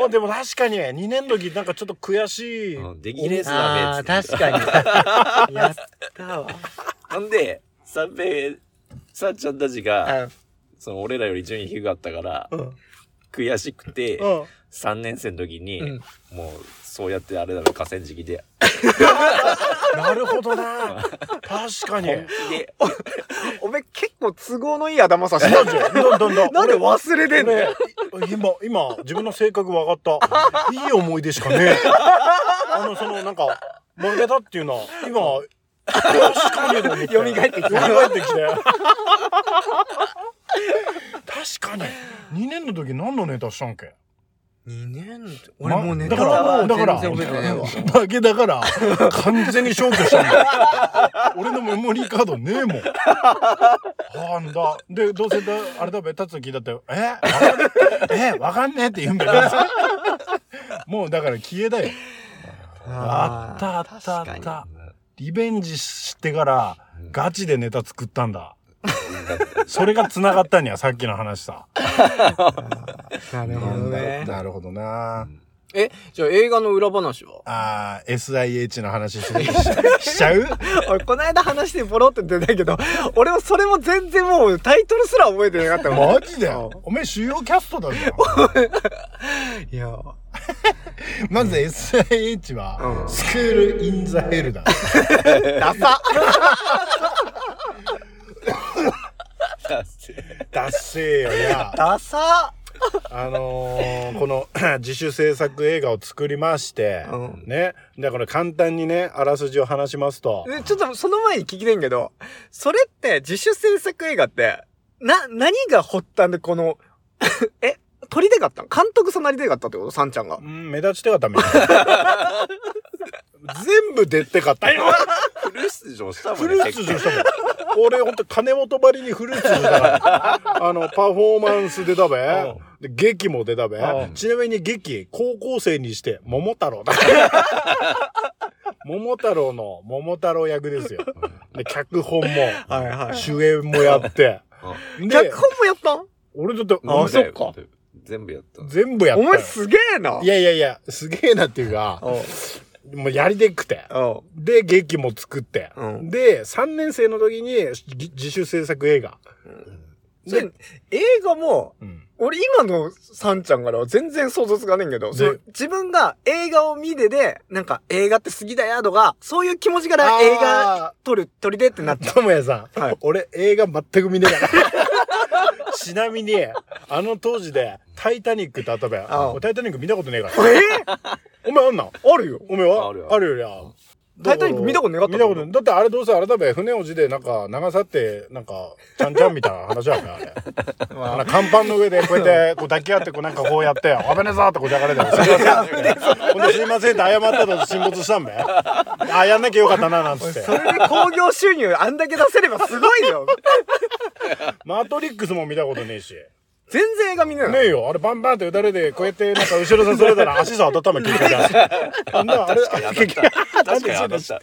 Speaker 3: あでも確かに2年時なんかちょっと悔しい、
Speaker 2: うん、できレース
Speaker 1: あ
Speaker 2: だ
Speaker 1: あ、
Speaker 2: べっつって
Speaker 1: 確かに。やったわ。
Speaker 2: ほんで、三平、さっちゃんたちが、
Speaker 1: あ
Speaker 2: その俺らより順位低かったから、
Speaker 3: うん
Speaker 2: 悔しくて、
Speaker 3: うん
Speaker 2: 3年生の時に、
Speaker 1: うん
Speaker 2: もう、そうやってあれだろ、河川敷で、
Speaker 3: なるほどな確かに
Speaker 2: 本気で、
Speaker 1: おめえ結構都合のいい頭さし
Speaker 3: ど
Speaker 1: た
Speaker 3: ん
Speaker 1: じゃん。
Speaker 3: どんどん どん
Speaker 1: なんで忘れてんの
Speaker 3: ね今今自分の性格分か ったいい思い出しかねえあのそのなんか負けたっていうのは今確かにと思って
Speaker 1: 蘇ってきた
Speaker 3: 蘇ってきて確かに2年の時何のネタしたんけ
Speaker 1: 2年って俺
Speaker 3: ま
Speaker 1: もうネ
Speaker 3: だ
Speaker 1: タ
Speaker 3: からもうだから
Speaker 1: 全然覚えてねえわ。
Speaker 3: だけだから完全に消去したんだ 俺のメモリーカードねえもんあんだでどうせだあれだべ達樹だってえわかんねええわかんねえって言うんだよ もうだから消えだよあったあったあっ
Speaker 1: 確
Speaker 3: たリベンジしてからガチでネタ作ったんだそれが繋がったにはさっきの話さ
Speaker 1: なるほどね。
Speaker 3: なるほどな
Speaker 1: え、じゃあ映画の裏話は
Speaker 3: あー、SIH の話ししちゃう
Speaker 1: 俺、この間話してボロって出たけど、俺はそれも全然もうタイトルすら覚えてなかったもん。
Speaker 3: マジでおめえ主要キャストだぞ。
Speaker 1: いや、
Speaker 3: まず SIH は、スクール・イン・ザ・ヘルだ。
Speaker 1: ダサ
Speaker 3: だっせーよ、いや。
Speaker 1: ダサ
Speaker 3: あのーこの 自主制作映画を作りまして、
Speaker 1: うん
Speaker 3: ね。だから簡単にね、あらすじを話しますと。
Speaker 1: でちょっとその前に聞きたいんけど、それって自主制作映画って、な、何が発端でこの、 え、撮りたかったん監督さんなりたかったってことサンちゃんが
Speaker 3: う。ん、目立ちたかったみたい な。全部出てかった。
Speaker 2: フル出場したも
Speaker 3: フ
Speaker 2: んね。
Speaker 3: ル出場したもん。俺ほんと金本ばりにフル出場したから。あの、パフォーマンス出たべ。で劇も出たべ
Speaker 2: う。ん
Speaker 3: ちなみに劇、高校生にして、桃太郎だから。桃太郎の桃太郎役ですよ。で脚本も、
Speaker 1: はいは
Speaker 3: 主演もやって。
Speaker 1: 脚
Speaker 3: で、
Speaker 1: 本もやったん
Speaker 3: 俺だって、
Speaker 1: あそっか。
Speaker 2: 全部やった。
Speaker 3: 全部やった
Speaker 1: お
Speaker 3: よ。
Speaker 1: 前すげえない
Speaker 3: やいやいや、すげえなっていうか、
Speaker 1: おう
Speaker 3: もうやりでっくて。
Speaker 1: お
Speaker 3: で、劇も作って。
Speaker 1: うん
Speaker 3: で、3年生の時にぎ自主制作映画。
Speaker 1: うで、映画も、俺今のサンちゃんからは全然想像つかねえんけど、
Speaker 3: ね
Speaker 1: その自分が映画を見てで、なんか映画って好きだよとか、そういう気持ちから映画
Speaker 3: あ
Speaker 1: 撮る、撮りでってなっちゃ
Speaker 3: ー。ともやさん、
Speaker 1: はい
Speaker 3: 俺映画全く見ねえから。 ちなみに、あの当時で、タイタニックってあったべ。
Speaker 1: あ
Speaker 3: 俺タイタニック見たことねえか
Speaker 1: う。
Speaker 3: ら。
Speaker 1: え
Speaker 3: お前あんな
Speaker 1: ー、あるよ。
Speaker 3: お前は
Speaker 2: あるある
Speaker 3: あるよりゃ。
Speaker 1: タイタニック見たことなかった
Speaker 3: 見たことないだってあれどうせあれだべ、船落ちでなんか流さって、なんか、ちゃんちゃんみたいな話やべ、あれ。 あの、甲板の上でこうやって、こう抱き合って、こうなんかこうや って、危ねえぞってこう抱かれてる、すいません。ほんですいませんって謝ったと沈没したんべ。あ、やんなきゃよかったな、なんつ って
Speaker 1: そ。れで興行収入あんだけ出せればすごい よ。
Speaker 3: マトリックスも見たことねえし。
Speaker 1: 全然映画見ない。
Speaker 3: ねえよ、あれバンバンって打たれて、こうやってなんか後ろ刺されたら足さ温めてるから。あんなあれ、結局
Speaker 2: 確かに当たった。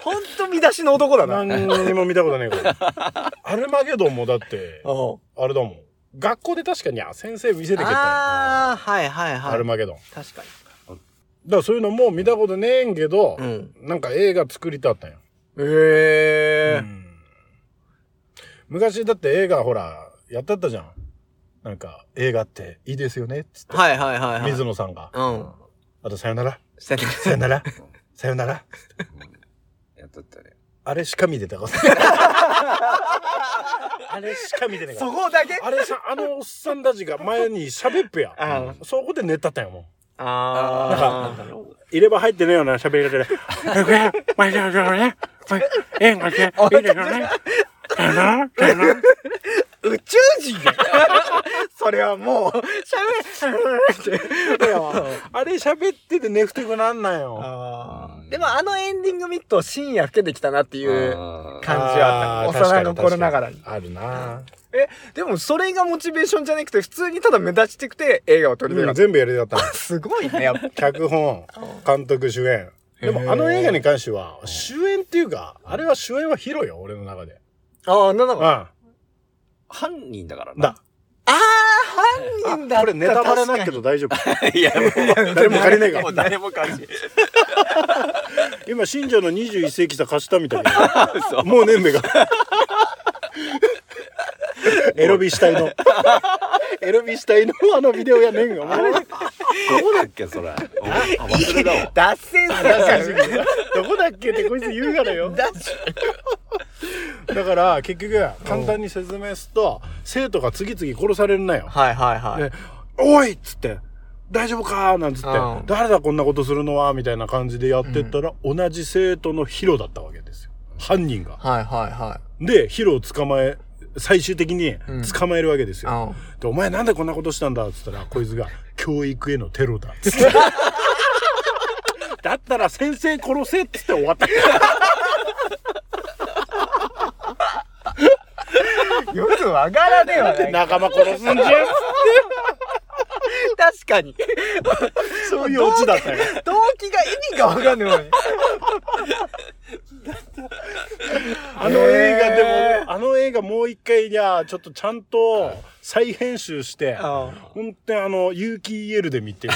Speaker 1: ほんと見出しの男だな。
Speaker 3: 何にも見たことねえから。 アルマゲドンもだって、
Speaker 1: おう
Speaker 3: あれだもん。学校で確かに、あ、先生見せてけたよ。
Speaker 1: ああ、はいはいはい。
Speaker 3: アルマゲドン。だか
Speaker 1: 確かに。
Speaker 3: らそういうのもう見たことねえんけど、
Speaker 1: うん
Speaker 3: なんか映画作りたったんよ。
Speaker 1: ええ
Speaker 3: 昔だって映画ほら、やったったじゃん。なんか、映画っていいですよねっつって。
Speaker 1: はいはいはいはい。
Speaker 3: 水野さんが。
Speaker 1: うん。
Speaker 3: あと、さよ なら、
Speaker 1: してね
Speaker 3: さよなら、さよなら。
Speaker 2: やったったね。
Speaker 3: あれしか見てた から。あれしか見てないか
Speaker 1: そ
Speaker 3: ら。
Speaker 1: こだけ
Speaker 3: あれさ、あのおっさんたちが前に喋っぺや。
Speaker 1: あ
Speaker 3: そこで寝たったんやもん。
Speaker 1: あー。
Speaker 3: 入れ歯入ってねえよな、喋り方 で。
Speaker 5: まあ、じゃあ、じゃあね。まあ縁がね、いいですよね。だな、だな。
Speaker 1: 宇宙人だよ それはもう、喋れ、喋れって。
Speaker 3: あれ喋ってて寝ふてくなんなんよ。
Speaker 1: あーでもあのエンディング見ると深夜更けてきたなっていう
Speaker 2: あー
Speaker 1: 感じはあった。幼いの頃ながらに。
Speaker 3: あるな
Speaker 1: え、でもそれがモチベーションじゃなくて、普通にただ目立ちてくて映画を撮りたかった。
Speaker 3: 全部やりだったの
Speaker 1: すごいね、やっぱ。
Speaker 3: 脚本、監督、主演。でもあの映画に関しては、主演っていうか、あれは主演はヒロよ、俺の中で。
Speaker 1: ああ、なんだ
Speaker 3: う
Speaker 1: か。
Speaker 3: ん。
Speaker 2: 犯人だからな。
Speaker 3: だ。
Speaker 1: 犯人だ
Speaker 3: これネタバレなけど大丈夫。
Speaker 2: いや、もう
Speaker 3: 誰も借りねえか
Speaker 2: もう
Speaker 3: ら。
Speaker 2: 誰も借りね
Speaker 3: 今、信者の21世紀さ貸したみたいな。もうねんべが。 エロビ死体 の。エロビ死体のあのビデオやねんが。もう
Speaker 2: え。どうだっけ、それ。お忘れだわ。
Speaker 1: 脱線するから。
Speaker 3: どこだっけってこいつ言うから よ。だから結局簡単に説明すると生徒が次々殺されるなよ。
Speaker 1: はいはいはい。
Speaker 3: でおいっつって「大丈夫か?」なんつって
Speaker 1: うん
Speaker 3: 「誰だこんなことするのは」みたいな感じでやってったら、同じ生徒のヒロだったわけですよ犯人が。
Speaker 1: はいはいは
Speaker 3: でヒロを捕まえ最終的に
Speaker 1: うん
Speaker 3: 捕まえるわけですよ。
Speaker 1: い。
Speaker 3: で「お前なんでこんなことしたんだ?」っつったらこいつが「教育へのテロだ」っ つって。だったら先生殺せっつって終わった。
Speaker 1: うん。よくわからねえ わね。
Speaker 3: 仲間殺すんじゃん
Speaker 1: 確かに。
Speaker 3: そういうオチだったよ。
Speaker 1: 動機が意味がわかんないわね。
Speaker 3: あの映画でも、あの映画もう一回じゃあ、ちょっとちゃんと再編集して、
Speaker 1: あ
Speaker 3: 本当にあの、有機 EL で見てる。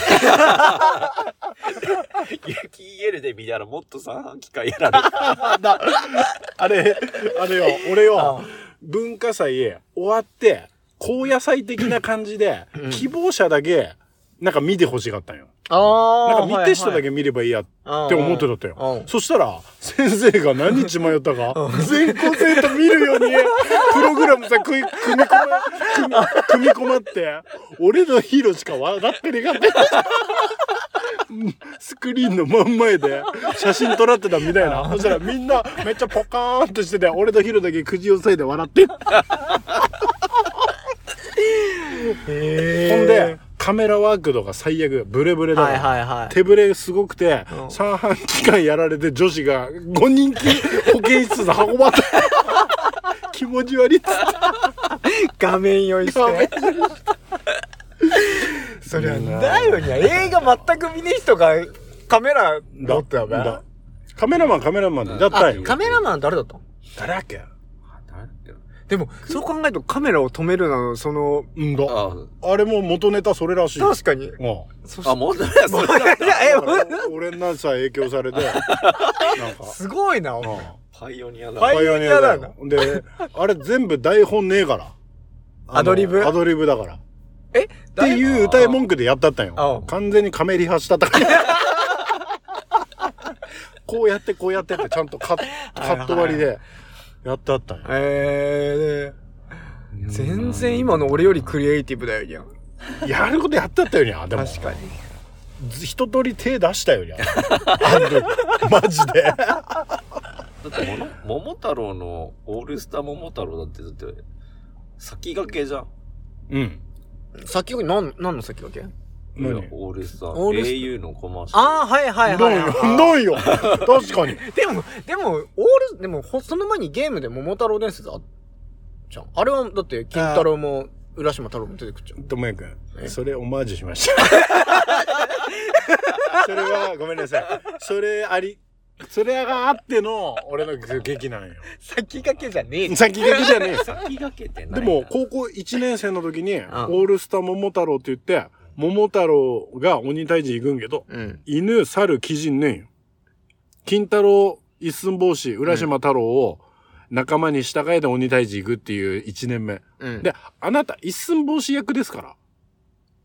Speaker 2: キーエルで見たらもっと三半規管やられた。
Speaker 3: あれ、あれよ、俺よ、文化祭終わって、高野菜的な感じで、希望者だけ、なんか見てほしかったんよ。
Speaker 1: あ
Speaker 3: なんか見てる人だけ見ればいいやって
Speaker 1: っ
Speaker 3: 思ってたった
Speaker 1: う
Speaker 3: よ
Speaker 1: ん。
Speaker 3: そしたら、先生が何日迷ったか、全校生徒見るように、プログラムさ、組み組み込ま、組み組み込まって、俺のヒーローしか笑って ねえかった。スクリーンの真ん前で写真撮らってたみたいな。そしたらみんなめっちゃポカーンとしてて、俺とヒーローだけくじをさいで笑って。ほんで、カメラワークとか最悪、ブレブレだか
Speaker 1: はい
Speaker 3: ら。
Speaker 1: はいはい
Speaker 3: 手ぶれすごくて、
Speaker 1: ん
Speaker 3: 三半期間やられて女子が5人き保健室で運ばれて 気持ち悪いっつっ
Speaker 1: 画面用意しててそりゃだよにゃ映画全く見ねえ人がカメラ持ってたべ
Speaker 3: だカメラマンカメラマンでだったんよ
Speaker 1: カメラマン誰だったの
Speaker 3: 誰やっけ
Speaker 1: でもそう考えるとカメラを止めるなのその
Speaker 3: うんだあ
Speaker 2: あ
Speaker 3: れも元ネタそれらしい
Speaker 1: 確か に
Speaker 3: うん
Speaker 2: あ、もうだよ、それだ。
Speaker 1: いやえ
Speaker 3: だから俺なんさ影響されてなんか
Speaker 1: すごいなお
Speaker 3: う
Speaker 1: 前
Speaker 3: ん
Speaker 2: パイオニア
Speaker 1: パ
Speaker 2: だ。
Speaker 1: イオニアだよ
Speaker 3: であれ全部台本ねえからあの
Speaker 1: アドリブ
Speaker 3: アドリブだから
Speaker 1: えっ
Speaker 3: っていう歌い文句でやったったんよ
Speaker 1: あ。
Speaker 3: 完全にカメリハしたったから。こうやってこうやってってちゃんとカッカット割りでやったったんよ。
Speaker 1: えー、全然今の俺よりクリエイティブだよにゃ
Speaker 3: やることやったったよにゃ。でも、
Speaker 1: 確かに
Speaker 3: ず一通り手出したよにゃ。あの時マジで。
Speaker 2: だってもの、桃太郎のオールスター桃太郎だって、だって、先駆けじゃん。
Speaker 3: うん。
Speaker 1: 先駆け何何の先駆け
Speaker 3: 何
Speaker 2: いやオールスター。
Speaker 1: オールスター
Speaker 2: au のコマーシャル。
Speaker 1: ああはいはい
Speaker 3: ど
Speaker 1: は
Speaker 3: ん
Speaker 1: い、
Speaker 3: よ
Speaker 1: はい、。
Speaker 3: どんよ。確かに。
Speaker 1: でも、でも、オール、でも、ほその前にゲームで桃太郎伝説あっじゃん。あれは、だって、金太郎も、浦島太郎も出てくっちゃう。
Speaker 3: ともやくん
Speaker 1: え、
Speaker 3: それオマージュしました。それは、ごめんなさい。それあり、それがあっての俺の劇なんよ。
Speaker 1: 先駆けじゃねえ
Speaker 3: 先劇じゃねえよ
Speaker 2: 先駆けって
Speaker 3: で
Speaker 2: 何
Speaker 3: も、高校1年生の時に、オ
Speaker 1: ん
Speaker 3: ールスター桃太郎って言って、桃太郎が鬼退治行くんけど、
Speaker 1: うん。
Speaker 3: 犬、猿、鬼人ねんよ。金太郎、一寸法師、浦島太郎を仲間に従えて鬼退治行くっていう1年目。
Speaker 1: うん。
Speaker 3: で、あなた一寸法師役ですから。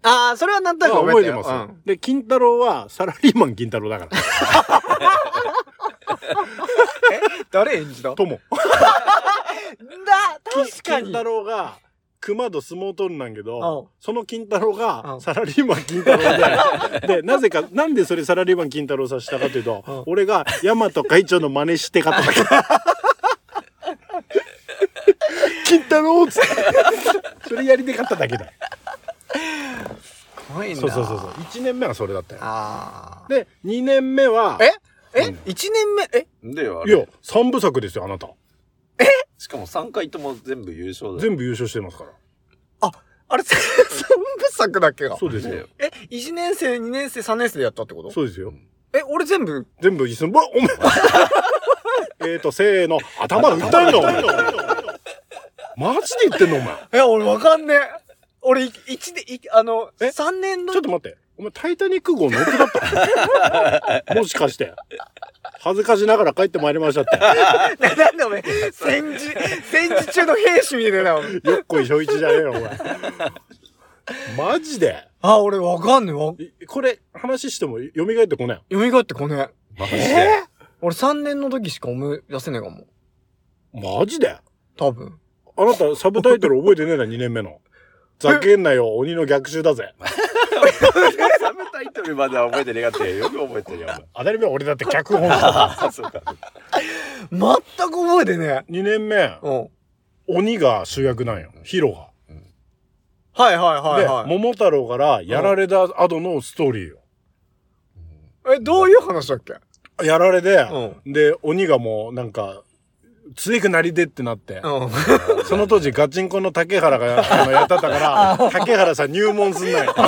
Speaker 1: ああ、それはなんとなく
Speaker 3: 覚えて
Speaker 1: たよ
Speaker 3: ます、で、金太郎はサラリーマン金太郎だから。
Speaker 1: うんえ誰演じただ、
Speaker 3: とも。
Speaker 1: 確か
Speaker 3: 金
Speaker 1: に。
Speaker 3: 太郎が熊と相撲取るなんけ
Speaker 1: お
Speaker 3: ど、その金太郎
Speaker 1: う
Speaker 3: が
Speaker 1: ん
Speaker 3: サラリーマン金太 郎で、で、なぜか、なんでそれサラリーマン金太郎させたかというと、俺が山と会長の真似してかとから。 金太郎っつって。 それやりでかっただけだよ。
Speaker 1: 怖いな。
Speaker 3: そうそうそうそう。。1年目はそれだったよ。
Speaker 1: あ
Speaker 3: で、2年目は、
Speaker 1: あ。ええ一年目え
Speaker 2: でよ、あ
Speaker 3: い
Speaker 2: れ
Speaker 3: や、3部作ですよ、あなた。
Speaker 2: しかも3回とも全部優勝だよ。
Speaker 3: 全部優勝してますから。
Speaker 1: あ、あれ、三 部作だっけが。
Speaker 3: そうですよ。
Speaker 1: え、一年生、二年生、三年生でやったってこと
Speaker 3: そうですよ。
Speaker 1: え、俺全部、
Speaker 3: 全部一寸法、お前。 えーと、せーの、頭打たんの、お前。マジで言ってんの、お前。
Speaker 1: え、俺わかんねえ。俺、い一で、いあの、
Speaker 3: え
Speaker 1: 三年の。
Speaker 3: ちょっと待って。お前、タイタニック号乗ってだったのもしかして。 恥ずかしながら帰ってまいりましたっ
Speaker 1: ななんだお前、戦時、戦時中の兵士みたいな。
Speaker 3: て。よっこい小一じゃねえよ、お前。マジで
Speaker 1: あ、俺わかんねえわ。
Speaker 3: いこれ、話しても蘇ってこない。
Speaker 1: 蘇ってこねえ。
Speaker 2: マジで。
Speaker 1: 俺三年の時しか思い出せねえかも。
Speaker 3: マジで
Speaker 1: 多分。
Speaker 3: あなた、サブタイトル覚えてねえな、2年目の。ざけんなよ、鬼の逆襲だぜ。
Speaker 2: サブタイトルまでは覚えてねえがって、よく覚えてるよ、
Speaker 3: 当たり前俺だって脚本。
Speaker 2: お前。そうか。
Speaker 1: 全く覚えてねえ。
Speaker 3: 2年目、
Speaker 1: うん。はい
Speaker 3: 鬼が主役なんよ、ヒロが。
Speaker 1: はいはい
Speaker 3: で、
Speaker 1: は
Speaker 3: 桃太郎からやられた後のストーリーよ。
Speaker 1: い。え、どういう話だっけ
Speaker 3: やられで、
Speaker 1: う
Speaker 3: で、鬼がもうなんか、強くなりでってなって、
Speaker 1: うん。
Speaker 3: その当時ガチンコの竹原があのやってた から、竹原さん入門すんなよ。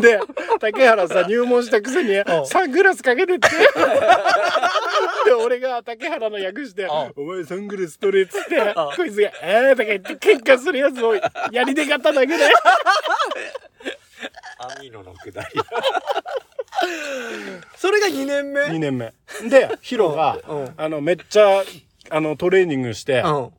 Speaker 3: で、竹原さん入門したくせに、サングラスかけてって。で、俺が竹原の役して、お前サングラス取れっつって、こいつが、えーとか言って喧嘩するやつをやりでかっただけだよ。
Speaker 2: アミノのくだり。
Speaker 1: それが2年目
Speaker 3: 2年目。で、ヒロが
Speaker 1: うん、
Speaker 3: あの、めっちゃ、あの、トレーニングして、
Speaker 1: うん。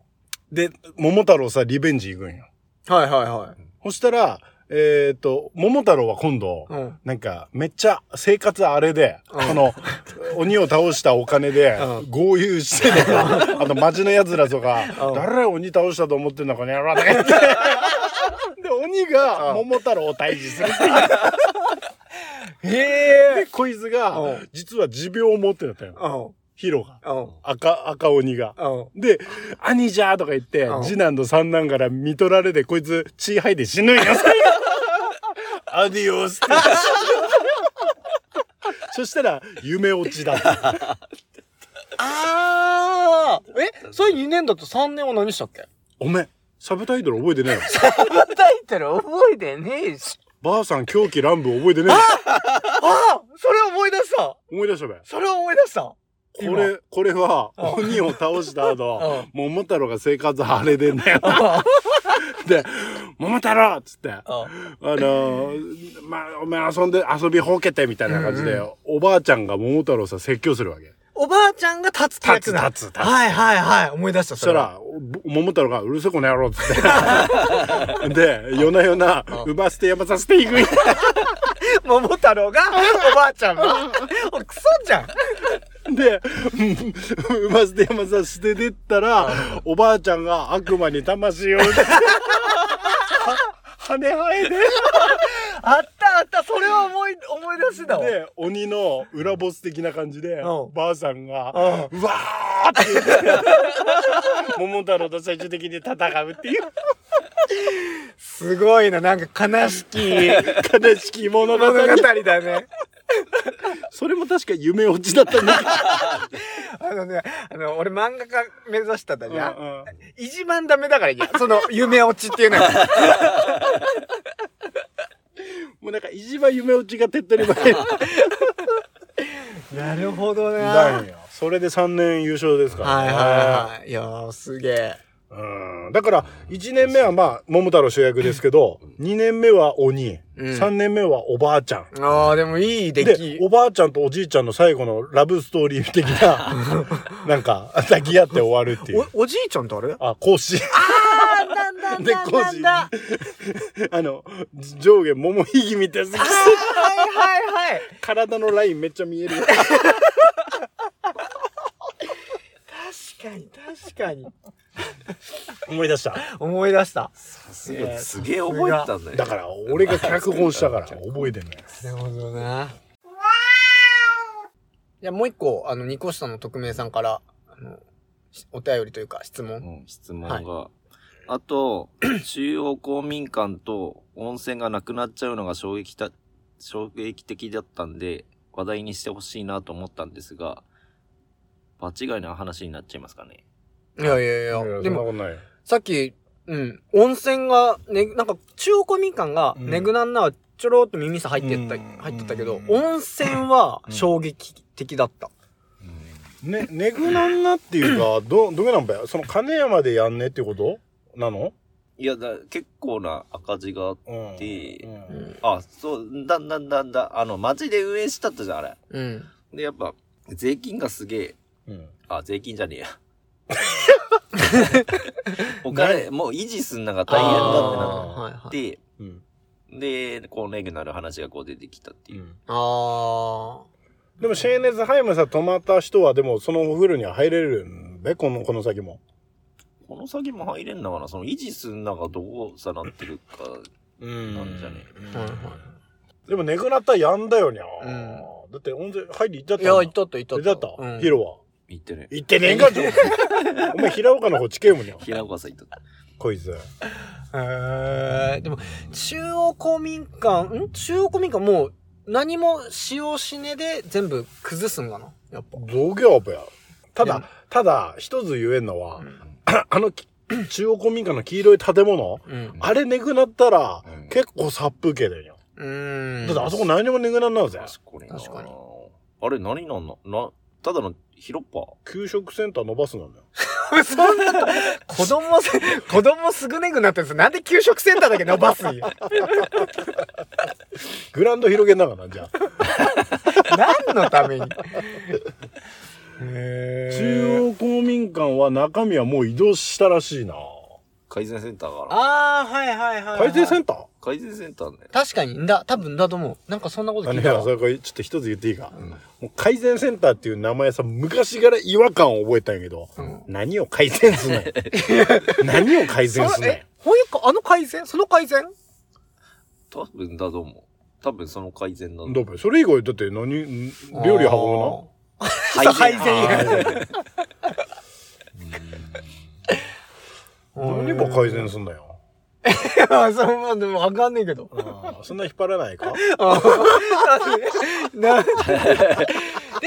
Speaker 3: で、桃太郎さ、リベンジ行くんよ。
Speaker 1: はいはいはい。
Speaker 3: そしたら、えっ、と、桃太郎は今度、
Speaker 1: うん
Speaker 3: なんか、めっちゃ生活あれで、
Speaker 1: うん
Speaker 3: この、鬼を倒したお金で
Speaker 1: う、
Speaker 3: 豪遊してと か、あと町の奴らとか、
Speaker 1: うん
Speaker 3: 誰が鬼倒したと思ってんのかね、やら なって。で、鬼が桃太郎を退治するっていう。
Speaker 1: へ
Speaker 3: で、こいつが
Speaker 1: うん、
Speaker 3: 実は持病を持ってたよ。
Speaker 1: うん。
Speaker 3: ヒロが。
Speaker 1: うん。
Speaker 3: 赤、赤鬼が。
Speaker 1: うん。
Speaker 3: で、兄じゃーとか言って
Speaker 1: う、ん
Speaker 3: 次男と三男から見取られて、こいつ血吐いて死ぬんよ。 アディオスって。 そしたら、夢落ちだった。
Speaker 1: あーえ、それ2年だと3年は何したっけ
Speaker 3: おめん、サブタイトル覚えてねえよ。
Speaker 1: タイトル覚えてねえし。
Speaker 3: ばあさん狂気乱舞覚えてねえよ。
Speaker 1: あーそれ思い出した
Speaker 3: 思い出したべ。
Speaker 1: それ思い出した
Speaker 3: これ、これは、鬼を倒した後、桃太郎が生活荒れでんだよ。で、桃太郎っつって、あのーまあ、お前遊んで、遊びほうけてみたいな感じで、おばあちゃんが桃太郎さん説教するわけ。
Speaker 1: おばあちゃんが立つってやつだ。
Speaker 3: 立つ立つ立つ
Speaker 1: はいはいはい。思い出した、
Speaker 3: そした
Speaker 1: れは。
Speaker 3: ら、お桃太郎が、うるせえこの野郎っつって。 で、夜な夜な、奪捨てやばさせてい く。
Speaker 1: 桃太郎 が、おばあちゃんが。おクソじゃん。
Speaker 3: で、うん奪捨てやばさ捨ててったら、おばあちゃんが悪魔に魂 を。は羽生えて。
Speaker 1: あったあった。それは思い、思い出しだわ。
Speaker 3: で、鬼の裏ボス的な感じで、
Speaker 1: うん
Speaker 3: ばあさんが、
Speaker 1: うん。
Speaker 3: うわーって言って、桃太郎と最終的に戦うっていう、
Speaker 1: すごいな。なんか悲しき
Speaker 3: 悲しき物語
Speaker 1: 物。語だね。
Speaker 3: それも確か夢落ちだったんだ
Speaker 1: あのね、あの、俺漫画家目指しただ
Speaker 3: け
Speaker 1: じ
Speaker 3: ど
Speaker 1: ゃん。
Speaker 3: うんうん
Speaker 1: 一番ダメだからいいや。その、 夢落ちっていうのは。
Speaker 3: もうなんか一番夢落ちが手っ取り早い。
Speaker 1: なるほど
Speaker 3: だ
Speaker 1: な。
Speaker 3: よ。それで3年優勝ですから
Speaker 1: はい
Speaker 3: ね。
Speaker 1: はいはい。いやー、すげえ。
Speaker 3: うんだから、1年目はまあ、桃太郎主役ですけど、2年目は鬼、
Speaker 1: うん
Speaker 3: 3年目はおばあちゃん。
Speaker 1: ああ、でもいい出
Speaker 3: で
Speaker 1: 来、。
Speaker 3: おばあちゃんとおじいちゃんの最後のラブストーリー的な、 なんか、抱き合って終わるっていう。
Speaker 1: お、おじいちゃんとあれ
Speaker 3: あ、講師。
Speaker 1: あー、なんだ
Speaker 3: で
Speaker 1: なんだ
Speaker 3: コー
Speaker 1: な
Speaker 3: ジ
Speaker 1: ん だ。
Speaker 3: あの、上下桃ひぎみたいな、
Speaker 1: はいはいはい。
Speaker 3: 体のラインめっちゃ見える。
Speaker 1: 確かに、確かに。
Speaker 3: 思い出した。
Speaker 1: 思い出した。
Speaker 2: すげえ、すげえ覚えてたんだよ。
Speaker 3: だから、俺が脚本したから、覚えてんのよ。
Speaker 1: なるほどな。じゃあもう一個、あの、ニコ下の匿名さんから、あの、しお便りというか質問。
Speaker 2: うん、質問が。あと、 中央公民館と温泉がなくなっちゃうのが衝撃た衝撃的だったんで、話題にしてほしいなと思ったんですが、場違いな話になっちゃいますかね。
Speaker 1: いやいやいや。でも、
Speaker 3: とないよ。
Speaker 1: さっき、うん、温泉が、ね、なんか、中央公民館が、
Speaker 3: うん
Speaker 1: ねぐなんなはちょろっと耳差入ってった、
Speaker 3: うん
Speaker 1: 入ってったけど
Speaker 3: う、ん
Speaker 1: 温泉は
Speaker 3: うん
Speaker 1: 衝撃的だった。
Speaker 3: ね、ねぐなんなっていうか、ど、どげなんばよ。その金山でやんねってことなの
Speaker 2: いや、だ結構な赤字があっ
Speaker 3: うん
Speaker 2: て、
Speaker 3: うん
Speaker 2: あ、そう、だんだんだんだん、あの、街で運営したったじゃん、あれ。
Speaker 1: うん。
Speaker 2: で、やっぱ、税金がすげえ、
Speaker 3: うん。
Speaker 2: あ、税金じゃねえ や。お金、もう維持すんのが大変だってなっ
Speaker 1: あーはいはい。
Speaker 2: て、
Speaker 3: うん。
Speaker 2: で、こうネグなる話がこう出てきたっていう。
Speaker 1: あ
Speaker 3: でも、シェーネズハイムさ、泊まった人は、でも、そのお風呂には入れるんべ、この、この先も。
Speaker 2: この先も入れんのかなその維持すんながどうさなってるか。
Speaker 3: う
Speaker 2: なんじゃね
Speaker 1: ー。はいはい。
Speaker 3: でも、ねぐなったらやんだよにゃ。
Speaker 1: う
Speaker 3: だって、温泉、入り行っちゃった
Speaker 1: いや、
Speaker 3: もん
Speaker 1: 行ったった行
Speaker 3: 行
Speaker 1: っ
Speaker 3: っ
Speaker 1: た
Speaker 3: たっ、
Speaker 1: ったた。うん
Speaker 3: ヒロは。
Speaker 2: 言ってね。
Speaker 3: 行ってねえんかじゃん。お前、平岡の方近いもんにゃ。
Speaker 2: 平岡さん言っとった。
Speaker 3: こいつ。
Speaker 1: へーでも、中央公民館、ん中央公民館もう何も使用しねで全部崩すんかなやっぱ。
Speaker 3: どげあべや。ただ、ただ、一つ言えんのは、 あのき、中央公民館の黄色い建物、
Speaker 1: うん
Speaker 3: あれ、ねくなったら、
Speaker 2: うん
Speaker 3: 結構殺風景だよ。
Speaker 1: うん
Speaker 3: だってあそこ何にもねぐらんなのぜ。
Speaker 2: 確
Speaker 1: 確かに
Speaker 2: あれ、何なんのな、ただの広っぱ
Speaker 3: 給食センター伸ばすなんだよ。
Speaker 1: そんなと子供す子供すぐねぐなったんですなんで給食センターだけ伸ばすんよ
Speaker 3: グラウンド広げながらな、じゃあ。
Speaker 1: 何のためにへ
Speaker 3: 中央公民館は中身はもう移動したらしいな。
Speaker 2: 改善センターがある。
Speaker 1: ああはいはいはい、はい、
Speaker 3: 改善センター
Speaker 2: 改善センターね。
Speaker 1: 確かにだ多分だと思うなんかそんなこと
Speaker 3: あ
Speaker 1: 聞
Speaker 3: の
Speaker 1: いた
Speaker 3: ね、そ
Speaker 1: わ
Speaker 3: れこれちょっと一つ言っていいか。もう改善センターっていう名前さ、昔から違和感を覚えたんやけど、
Speaker 1: ん
Speaker 3: 何を改善すんの何を改善すん
Speaker 1: そ
Speaker 3: の
Speaker 1: のえほゆかあの改善その改善
Speaker 2: 多分だと思う。多分その改善だと思
Speaker 3: だ
Speaker 2: う。
Speaker 3: べ、それ以外だって何、ん料理運ぶな
Speaker 1: そう改善
Speaker 3: 何ば改 善すんだよ。
Speaker 1: あそんなでもわかんねえけど
Speaker 3: あーそんな引っ張らないか
Speaker 1: なで